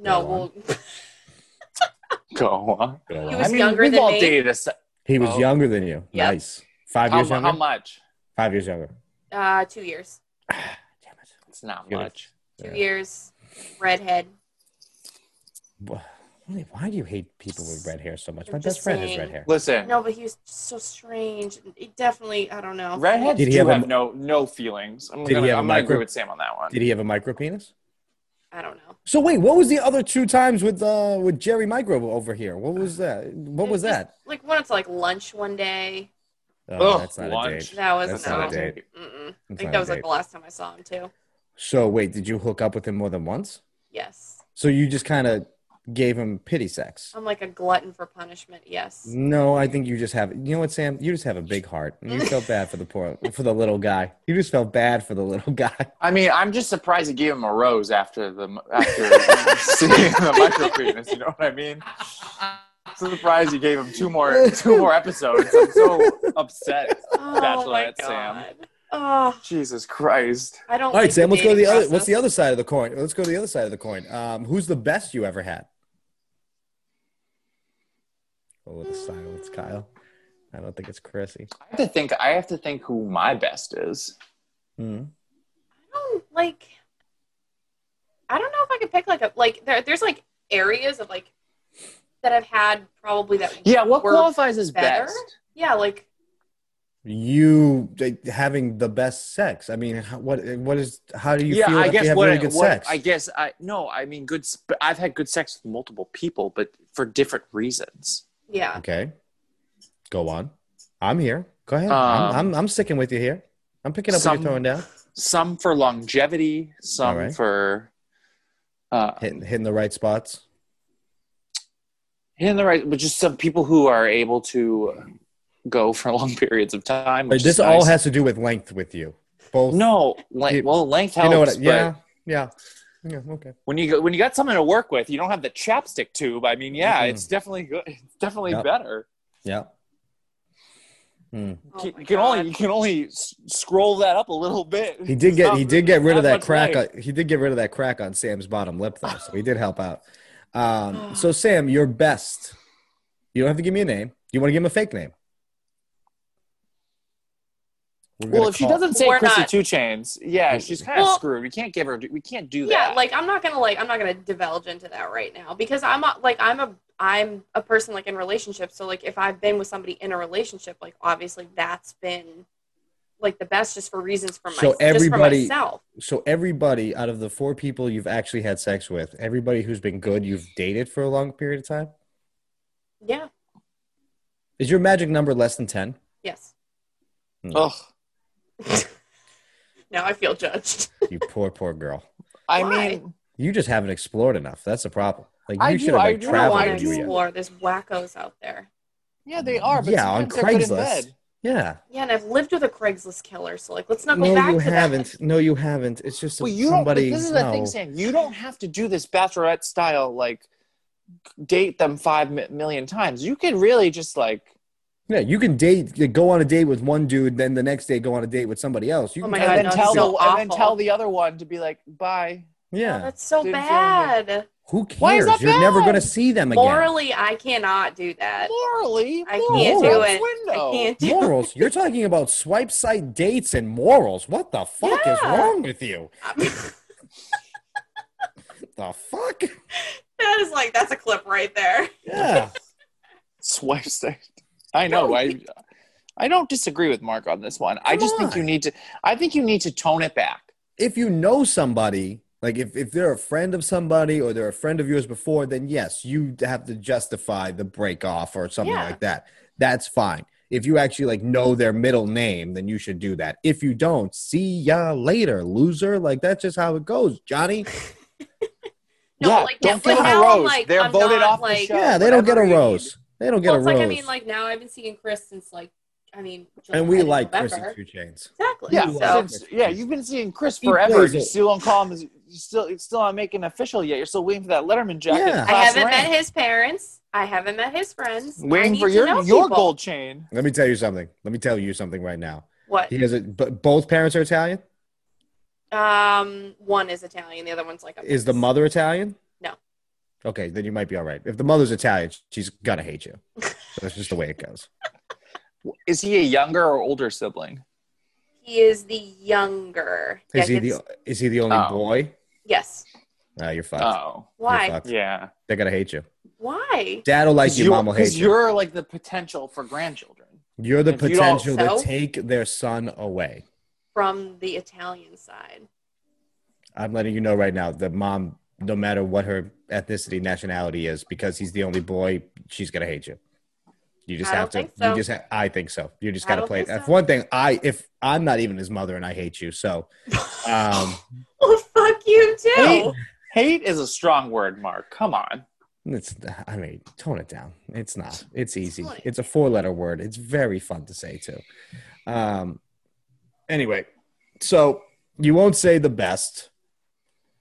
Speaker 3: No,
Speaker 1: Go
Speaker 3: well,
Speaker 1: on.
Speaker 2: Go on.
Speaker 1: go
Speaker 3: he
Speaker 1: on.
Speaker 3: was
Speaker 2: I mean,
Speaker 3: younger
Speaker 2: we've
Speaker 3: than
Speaker 2: all
Speaker 3: me.
Speaker 2: dated a. se-
Speaker 1: He was
Speaker 2: Oh.
Speaker 1: younger than you.
Speaker 3: Yep.
Speaker 1: Nice. Five
Speaker 2: How,
Speaker 1: years
Speaker 2: mu-
Speaker 1: younger.
Speaker 2: how much?
Speaker 1: Five years younger.
Speaker 3: uh, two years,
Speaker 1: Damn it.
Speaker 2: It's not
Speaker 1: Good.
Speaker 2: much.
Speaker 3: two
Speaker 1: Yeah.
Speaker 3: years, redhead.
Speaker 1: Why, why do you hate people with red hair so much?
Speaker 3: I'm
Speaker 1: My
Speaker 3: just
Speaker 1: best friend has
Speaker 3: saying.
Speaker 1: red hair.
Speaker 2: Listen,
Speaker 3: No, but he was so strange. It definitely, I don't know.
Speaker 2: redheads
Speaker 1: Did he
Speaker 2: do
Speaker 1: have a
Speaker 2: have,
Speaker 1: mi-
Speaker 2: no no feelings. I'm
Speaker 1: Did he
Speaker 2: gonna,
Speaker 1: have a
Speaker 2: I'm gonna agree
Speaker 1: micro-
Speaker 2: with Sam on that one.
Speaker 1: Did he have a micro penis?
Speaker 3: I don't know.
Speaker 1: So wait, what was the other two times with uh with Jerry Micro over here? What was that? What
Speaker 3: It
Speaker 1: was
Speaker 3: just-
Speaker 1: that?
Speaker 3: Like when it's like lunch one day.
Speaker 1: Oh,
Speaker 2: Ugh,
Speaker 1: that's not a
Speaker 2: lunch.
Speaker 1: date.
Speaker 3: That was
Speaker 1: That's
Speaker 3: no.
Speaker 1: not a date.
Speaker 3: Mm-mm. I
Speaker 1: That's
Speaker 3: think
Speaker 1: not
Speaker 3: that
Speaker 1: a
Speaker 3: was like
Speaker 1: date.
Speaker 3: the last time I saw him too.
Speaker 1: So wait, did you hook up with him more than once?
Speaker 3: Yes,
Speaker 1: So you just kind of gave him pity sex?
Speaker 3: I'm like a glutton for punishment. Yes.
Speaker 1: No, I think you just have. You know what, Sam? You just have a big heart. You felt bad for the poor, for the little guy. You just felt bad for the little guy.
Speaker 2: I mean, I'm just surprised he gave him a rose after the after seeing the micro penis. You know what I mean? Surprised he gave him two more two more episodes. I'm so upset.
Speaker 3: Oh my
Speaker 2: Bachelorette, Sam.
Speaker 3: god. Oh,
Speaker 2: Jesus Christ.
Speaker 3: I don't.
Speaker 1: All right,
Speaker 3: like
Speaker 1: Sam.
Speaker 3: the
Speaker 1: Let's go to the
Speaker 3: dating
Speaker 1: other. What's the
Speaker 3: process.
Speaker 1: other side of the coin? Let's go to the other side of the coin. Um, who's the best you ever had? Oh, with the silence, Kyle. I don't think it's Chrissy.
Speaker 2: I have to think. I have to think who my best is.
Speaker 1: Hmm.
Speaker 3: I don't like. I don't know if I could pick like a like. There, there's like areas of like that I've had probably that.
Speaker 2: Yeah, what
Speaker 3: were-
Speaker 2: qualifies as
Speaker 3: better?
Speaker 2: best?
Speaker 3: Yeah, like
Speaker 1: You like, having the best sex. I mean, how, what? What is? How do you
Speaker 2: yeah,
Speaker 1: feel?
Speaker 2: I
Speaker 1: if you
Speaker 2: guess
Speaker 1: have
Speaker 2: what,
Speaker 1: really good
Speaker 2: what
Speaker 1: sex.
Speaker 2: I guess I no, I mean good. Sp- I've had good sex with multiple people, but for different reasons.
Speaker 3: yeah.
Speaker 1: Okay. Go on. I'm here. Go ahead.
Speaker 2: Um,
Speaker 1: I'm, I'm I'm sticking with you here. I'm picking up what
Speaker 2: some-
Speaker 1: you're throwing down.
Speaker 2: Some for longevity, some
Speaker 1: Alright.
Speaker 2: for uh,
Speaker 1: Hitting hitting the right spots.
Speaker 2: hitting the right, but just some people who are able to go for long periods of time.
Speaker 1: But
Speaker 2: which
Speaker 1: this
Speaker 2: is
Speaker 1: all
Speaker 2: nice.
Speaker 1: has to do with length with you. Both.
Speaker 2: no, length,
Speaker 1: You-
Speaker 2: well, length helps.
Speaker 1: You know what? I-
Speaker 2: but
Speaker 1: yeah. Yeah. Yeah. Okay.
Speaker 2: when you go, when you got something to work with, you don't have the chapstick tube. I mean, yeah,
Speaker 1: Mm-mm.
Speaker 2: it's definitely good. It's definitely
Speaker 1: Yep.
Speaker 2: better.
Speaker 1: Yeah. Hmm.
Speaker 3: Oh
Speaker 2: Can-
Speaker 3: my
Speaker 2: you can only
Speaker 3: God.
Speaker 2: you can only s- scroll that up a little bit.
Speaker 1: He did get he did get rid of
Speaker 2: Not
Speaker 1: that
Speaker 2: much
Speaker 1: crack.
Speaker 2: life.
Speaker 1: On, he did get rid of that crack on Sam's bottom lip though, so he did help out. Um, so Sam, your best. You don't have to give me a name. You want to give him a fake name? We're gonna
Speaker 2: Well, if she
Speaker 1: call-
Speaker 2: doesn't say
Speaker 3: We're
Speaker 2: Chrissy
Speaker 3: not-
Speaker 2: Two Chains, yeah, she's kind of
Speaker 3: Well-
Speaker 2: screwed. We can't give her. We can't do
Speaker 3: yeah
Speaker 2: that.
Speaker 3: like i'm not gonna like i'm not gonna divulge into that right now because i'm a, like i'm a i'm a person like in relationships so like if i've been with somebody in a relationship like obviously that's been like the best just for reasons for, my,
Speaker 1: So
Speaker 3: just for
Speaker 1: everybody-
Speaker 3: myself
Speaker 1: so everybody out of the four people you've actually had sex with, everybody who's been good you've dated for a long period of time,
Speaker 3: yeah
Speaker 1: is your magic number less than ten?
Speaker 3: yes
Speaker 2: Ugh.
Speaker 3: now i feel judged
Speaker 1: You poor, poor girl.
Speaker 2: I
Speaker 3: Why?
Speaker 2: mean,
Speaker 1: You just haven't explored enough. That's the problem. Like you
Speaker 2: I do-
Speaker 1: should have
Speaker 2: I
Speaker 1: like
Speaker 2: do know
Speaker 3: i
Speaker 1: traveled
Speaker 2: why
Speaker 3: want
Speaker 1: to
Speaker 3: to
Speaker 1: do yet.
Speaker 3: explore there's wackos out there
Speaker 2: yeah, they are. But
Speaker 1: Yeah, on
Speaker 2: sometimes they're good in
Speaker 1: Craigslist.
Speaker 2: bed.
Speaker 1: Yeah.
Speaker 3: yeah and i've lived with a craigslist killer so like let's not go
Speaker 1: No,
Speaker 3: back
Speaker 1: you
Speaker 3: to
Speaker 1: haven't. No, you haven't. It's just
Speaker 2: Well, you
Speaker 1: somebody.
Speaker 2: don't. This is the
Speaker 1: no.
Speaker 2: thing, Sam. You don't have to do this bachelorette style. Like, date them five mi- million times. You could really just like.
Speaker 1: Yeah, you can date, you go on a date with one dude, then the next day go on a date with somebody else. You
Speaker 3: Oh
Speaker 1: can
Speaker 3: my
Speaker 1: kinda-
Speaker 3: God,
Speaker 2: and
Speaker 3: no,
Speaker 2: then tell
Speaker 3: so
Speaker 2: and then
Speaker 3: awful.
Speaker 2: tell the other one to be like bye.
Speaker 3: that
Speaker 1: Yeah,
Speaker 3: that's so
Speaker 2: Didn't feel
Speaker 3: bad
Speaker 1: who cares?
Speaker 2: Why is that
Speaker 1: You're never
Speaker 2: bad?
Speaker 1: gonna see them again.
Speaker 3: morally i cannot do that
Speaker 2: Morally,
Speaker 3: I
Speaker 2: morals
Speaker 1: can't
Speaker 2: out
Speaker 1: do
Speaker 2: this
Speaker 3: it. i
Speaker 2: window.
Speaker 3: can't do
Speaker 1: Morals? You're talking about swipe site dates and morals. What the fuck is
Speaker 3: Yeah.
Speaker 1: wrong with you? The fuck?
Speaker 3: That is like that's a clip right there.
Speaker 1: Yeah.
Speaker 2: swipe site. I know. I I don't disagree with Mark on this one. I
Speaker 1: Come
Speaker 2: just think you
Speaker 1: on.
Speaker 2: need to. I think you need to tone it back.
Speaker 1: if you know somebody, like if, if they're a friend of somebody or they're a friend of yours before, then yes, you have to justify the break off or something
Speaker 3: Yeah.
Speaker 1: like that. That's fine. If you actually like know their middle name, then you should do that. If you don't, see ya later, loser. Like that's just how it goes, Johnny.
Speaker 3: No,
Speaker 2: yeah,
Speaker 3: like,
Speaker 2: don't
Speaker 3: but
Speaker 2: give them
Speaker 3: now
Speaker 2: a
Speaker 3: I'm
Speaker 2: rose.
Speaker 3: like-
Speaker 2: They're
Speaker 3: I'm
Speaker 2: voted
Speaker 3: not,
Speaker 2: off
Speaker 3: like-
Speaker 2: the show.
Speaker 1: yeah, they don't get a
Speaker 2: Whatever you
Speaker 1: rose. They don't get
Speaker 3: well,
Speaker 1: a
Speaker 3: it's
Speaker 1: rose.
Speaker 3: like I mean, like now I've been seeing Chris since like I mean, July,
Speaker 1: and we
Speaker 3: and
Speaker 1: like Chris
Speaker 3: November.
Speaker 1: and Two Chains.
Speaker 3: Exactly.
Speaker 2: Yeah,
Speaker 1: You
Speaker 3: so
Speaker 1: are.
Speaker 2: since, yeah, you've been seeing Chris
Speaker 1: He
Speaker 2: forever.
Speaker 1: plays
Speaker 2: You
Speaker 1: it.
Speaker 2: still don't call him. as- You still, it's still not making official yet. You're still waiting for that Letterman jacket.
Speaker 1: Yeah.
Speaker 2: class
Speaker 3: I haven't
Speaker 2: rank.
Speaker 3: met his parents. I haven't met his friends. I
Speaker 2: Waiting
Speaker 3: need
Speaker 2: for
Speaker 3: to
Speaker 2: your
Speaker 3: know
Speaker 2: your
Speaker 3: people.
Speaker 2: gold chain.
Speaker 1: Let me tell you something. Let me tell you something right now.
Speaker 3: What?
Speaker 1: He has a, but both parents are Italian.
Speaker 3: Um, one is Italian. The other one's like a
Speaker 1: Is the
Speaker 3: mix.
Speaker 1: mother Italian?
Speaker 3: No.
Speaker 1: Okay, then you might be all right. If the mother's Italian, she's gonna hate you. That's just the way it goes.
Speaker 2: Is he a younger or older sibling?
Speaker 3: He is the younger. Yeah,
Speaker 1: Is he
Speaker 3: gets-
Speaker 1: the is he the only
Speaker 2: Oh.
Speaker 1: boy?
Speaker 3: yes.
Speaker 1: No, you're fucked.
Speaker 2: Oh,
Speaker 1: You're
Speaker 3: Why?
Speaker 1: fucked.
Speaker 2: yeah.
Speaker 1: They're gonna hate you.
Speaker 3: Why?
Speaker 1: Dad will like
Speaker 2: 'Cause
Speaker 1: you.
Speaker 2: you're-
Speaker 1: Mom will
Speaker 2: 'cause
Speaker 1: hate you.
Speaker 2: You're like the potential for grandchildren.
Speaker 1: You're the
Speaker 2: if you don't-
Speaker 1: potential to
Speaker 3: So?
Speaker 1: take their son away.
Speaker 3: From the Italian side.
Speaker 1: I'm letting you know right now that mom, no matter what her ethnicity, nationality is, because he's the only boy, she's gonna hate you. You just
Speaker 3: I
Speaker 1: have
Speaker 3: don't
Speaker 1: to.
Speaker 3: think so.
Speaker 1: You just. Ha- I think so. You just
Speaker 3: I
Speaker 1: gotta
Speaker 3: don't
Speaker 1: play. it.
Speaker 3: think so.
Speaker 1: That's one thing. I if I'm not even his mother, and I hate you. So, um,
Speaker 3: Well, Oh, fuck you too.
Speaker 1: Oh.
Speaker 2: Hate, hate is a strong word, Mark. Come on.
Speaker 1: it's. I mean, tone it down. It's not. It's easy.
Speaker 3: Tone it
Speaker 1: It's a four letter word. It's very fun to say too. Um. Anyway, so you won't say the best.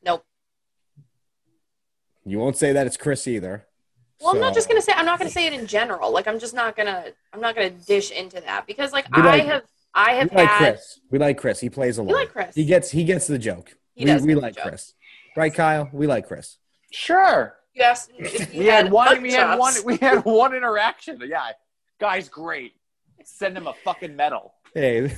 Speaker 3: Nope.
Speaker 1: You won't say that it's Chris either.
Speaker 3: Well, I'm not
Speaker 1: So-
Speaker 3: just gonna say. I'm not gonna say it in general. Like, I'm just not gonna. I'm not gonna dish into that because, like,
Speaker 1: We
Speaker 3: I
Speaker 1: like-
Speaker 3: have. I have
Speaker 1: we like
Speaker 3: had.
Speaker 1: Chris. We like Chris. He plays a lot.
Speaker 3: You like Chris?
Speaker 1: He gets he gets the joke. we
Speaker 3: He does
Speaker 1: we
Speaker 3: get the
Speaker 1: like
Speaker 3: joke.
Speaker 1: Chris. Right, Kyle? We like Chris.
Speaker 2: Sure.
Speaker 3: you asked. me if you
Speaker 2: We had one.
Speaker 3: mutton
Speaker 2: We had
Speaker 3: chops.
Speaker 2: one. We had one interaction. Yeah, guy's great. Send him a fucking medal.
Speaker 1: Hey,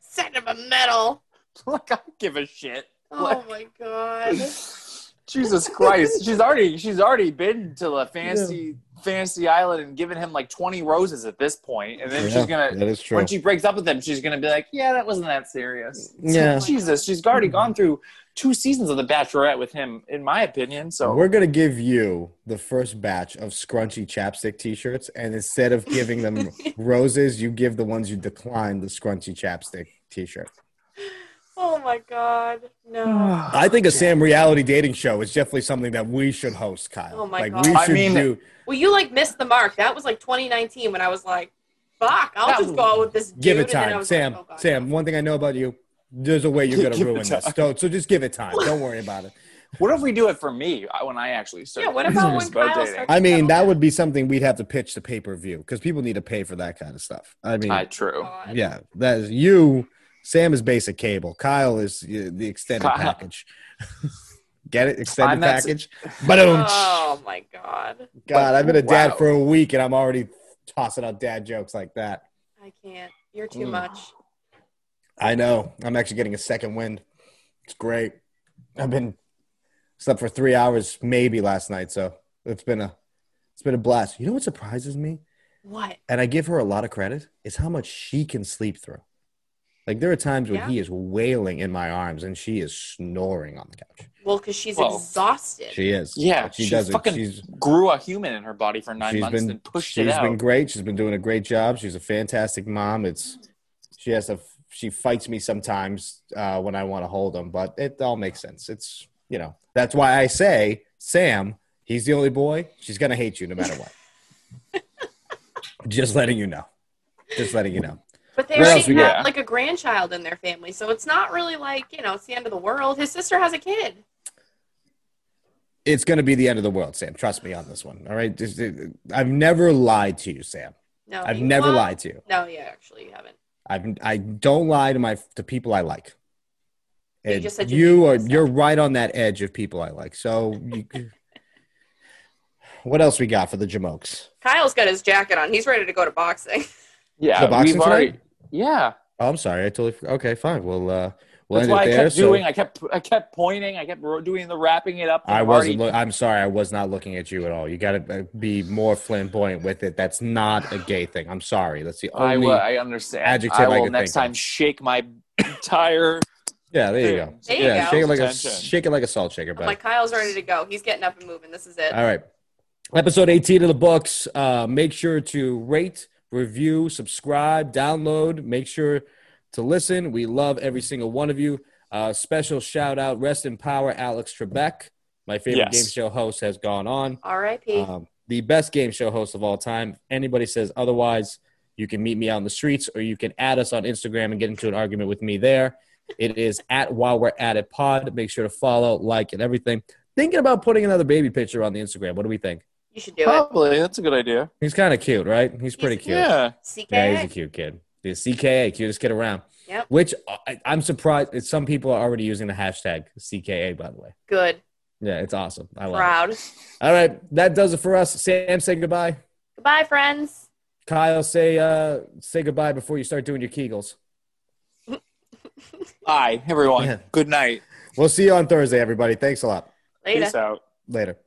Speaker 3: Send him a medal.
Speaker 2: Like I don't give a shit.
Speaker 3: Oh my god.
Speaker 2: Jesus Christ. She's already she's already been to the fancy fancy island and given him like twenty roses at this point, and then
Speaker 1: Yeah,
Speaker 2: she's gonna
Speaker 1: that is true.
Speaker 2: when she breaks up with him, she's gonna be like, yeah, that wasn't that serious.
Speaker 1: Yeah.
Speaker 2: Jesus, she's already gone through two seasons of The Bachelorette with him, in my opinion. So
Speaker 1: We're gonna give you the first batch of scrunchy chapstick T-shirts, and instead of giving them roses, you give the ones you declined the scrunchy chapstick T-shirt.
Speaker 3: Oh my god.
Speaker 2: Ah.
Speaker 3: No.
Speaker 1: I think a Sam reality dating show is definitely something that we should host, Kyle.
Speaker 3: Oh my
Speaker 1: like
Speaker 3: God.
Speaker 1: we should
Speaker 2: I mean-
Speaker 1: do.
Speaker 3: well, you like missed the mark. That was like 2019 when I was like, "Fuck, I'll
Speaker 2: That-
Speaker 3: just go out with this." Dude.
Speaker 1: Give it
Speaker 3: and then I
Speaker 1: time,
Speaker 3: was
Speaker 1: Sam.
Speaker 3: like, oh, God.
Speaker 1: Sam, one thing I know about you, there's a way you're gonna
Speaker 2: Give it
Speaker 1: ruin this.
Speaker 2: time.
Speaker 1: So, so just give it time. Don't worry about it.
Speaker 2: What if we do it for me I- when I actually start?
Speaker 3: Yeah, what
Speaker 2: doing
Speaker 3: about
Speaker 2: this
Speaker 3: when Kyle
Speaker 2: dating?
Speaker 3: starts-
Speaker 1: I mean, that would be something we'd have to pitch the pay per view because people need to pay for that kind of stuff. I mean,
Speaker 2: Ah, true.
Speaker 3: God.
Speaker 1: yeah, that is you. Sam is basic cable. Kyle is uh, the extended
Speaker 2: Kyle.
Speaker 1: package. Get it? Extended
Speaker 2: I'm not-
Speaker 1: package. But God,
Speaker 3: Oh my god.
Speaker 1: I've been a dad
Speaker 2: Wow.
Speaker 1: for a week and I'm already tossing out dad jokes like that.
Speaker 3: I can't. You're too
Speaker 1: Mm.
Speaker 3: much.
Speaker 1: I know. I'm actually getting a second wind. It's great. I've been slept for three hours maybe last night, so it's been a it's been a blast. You know what surprises me?
Speaker 3: What?
Speaker 1: and I give her a lot of credit, is how much she can sleep through. Like there are times when
Speaker 3: Yeah.
Speaker 1: he is wailing in my arms and she is snoring on the couch.
Speaker 3: Well, because she's
Speaker 2: Whoa.
Speaker 3: exhausted.
Speaker 1: She is.
Speaker 2: Yeah,
Speaker 1: But she
Speaker 2: she's
Speaker 1: does it.
Speaker 2: fucking
Speaker 1: She's
Speaker 2: Grew a human in her body for 9
Speaker 1: she's
Speaker 2: months
Speaker 1: been
Speaker 2: and pushed
Speaker 1: she's
Speaker 2: it out.
Speaker 1: been great. She's been doing a great job. She's a fantastic mom. It's she has to she fights me sometimes uh, when I want to hold him, but it all makes sense. It's you know that's why I say Sam, he's the only boy. She's gonna hate you no matter what. Just letting you know. Just letting you know.
Speaker 3: But they
Speaker 1: What
Speaker 3: already
Speaker 1: else we
Speaker 3: have
Speaker 2: got?
Speaker 3: like a grandchild in their family, so it's not really like you know it's the end of the world. His sister has a kid.
Speaker 1: it's going to be the end of the world, Sam. Trust me on this one. All right. Just- I've never lied to you, Sam.
Speaker 3: No,
Speaker 1: I've
Speaker 3: Oh, you
Speaker 1: never
Speaker 3: want-
Speaker 1: lied to you.
Speaker 3: No, yeah, actually, you haven't.
Speaker 1: I've, I don't lie to my to people I like.
Speaker 3: You
Speaker 1: And
Speaker 3: just said you
Speaker 1: you
Speaker 3: hate
Speaker 1: are
Speaker 3: yourself.
Speaker 1: you're right on that edge of people I like. So, you, what else we got for the Jamokes?
Speaker 3: Kyle's got his jacket on. He's ready to go to boxing.
Speaker 2: yeah,
Speaker 1: The boxing
Speaker 2: we've
Speaker 1: tonight?
Speaker 2: already. Yeah,
Speaker 1: Oh, I'm sorry. I totally. Okay, fine. Well, uh, we'll
Speaker 2: that's
Speaker 1: end
Speaker 2: why I
Speaker 1: it there.
Speaker 2: kept
Speaker 1: so
Speaker 2: doing. I kept. I kept pointing. I kept ro- doing the wrapping it up.
Speaker 1: I
Speaker 2: I've
Speaker 1: wasn't.
Speaker 2: already-
Speaker 1: Lo- I'm sorry. I was not looking at you at all. You got to be more flamboyant with it. That's not a gay thing. I'm sorry. That's the
Speaker 2: I
Speaker 1: only.
Speaker 2: will. I understand.
Speaker 1: adjective
Speaker 2: I
Speaker 1: I
Speaker 2: will
Speaker 1: could
Speaker 2: next
Speaker 1: think of.
Speaker 2: time shake my entire.
Speaker 1: yeah, there you go.
Speaker 2: thing.
Speaker 3: There you
Speaker 1: yeah,
Speaker 3: go.
Speaker 1: shake it like
Speaker 2: Attention.
Speaker 1: a shake it like a salt shaker.
Speaker 3: I'm
Speaker 1: But
Speaker 3: like, Kyle's ready to go. He's getting up and moving. This is it.
Speaker 1: all right, episode 18 of the books. Uh, make sure to rate, review, subscribe, download. Make sure to listen. We love every single one of you. Uh, special shout out, rest in power, Alex Trebek, my favorite
Speaker 2: Yes.
Speaker 1: game show host, has gone on.
Speaker 3: R.I.P.
Speaker 1: Um, the best game show host of all time. If anybody says otherwise, you can meet me out in the streets or you can add us on Instagram and get into an argument with me there. It is at while we're at it pod. Make sure to follow, like, and everything. Thinking about putting another baby picture on the Instagram. What do we think?
Speaker 3: You should do it.
Speaker 2: Probably. That's a good idea.
Speaker 1: He's kind of cute, right? He's pretty
Speaker 3: He's-
Speaker 1: cute.
Speaker 2: Yeah.
Speaker 3: CK.
Speaker 1: Yeah, he's a cute kid. The CKA, cutest kid around.
Speaker 3: Yep.
Speaker 1: Which I, I'm surprised. it's- Some people are already using the hashtag CKA, by the way.
Speaker 3: Good.
Speaker 1: Yeah, it's awesome. I love
Speaker 3: Proud.
Speaker 1: it. All right. That does it for us. Sam, say goodbye.
Speaker 3: Goodbye, friends.
Speaker 1: Kyle, say uh, say goodbye before you start doing your Kegels.
Speaker 2: Bye, everyone.
Speaker 1: Yeah.
Speaker 2: Good night.
Speaker 1: We'll see you on Thursday, everybody. Thanks a lot.
Speaker 3: Later.
Speaker 2: Peace out.
Speaker 1: Later.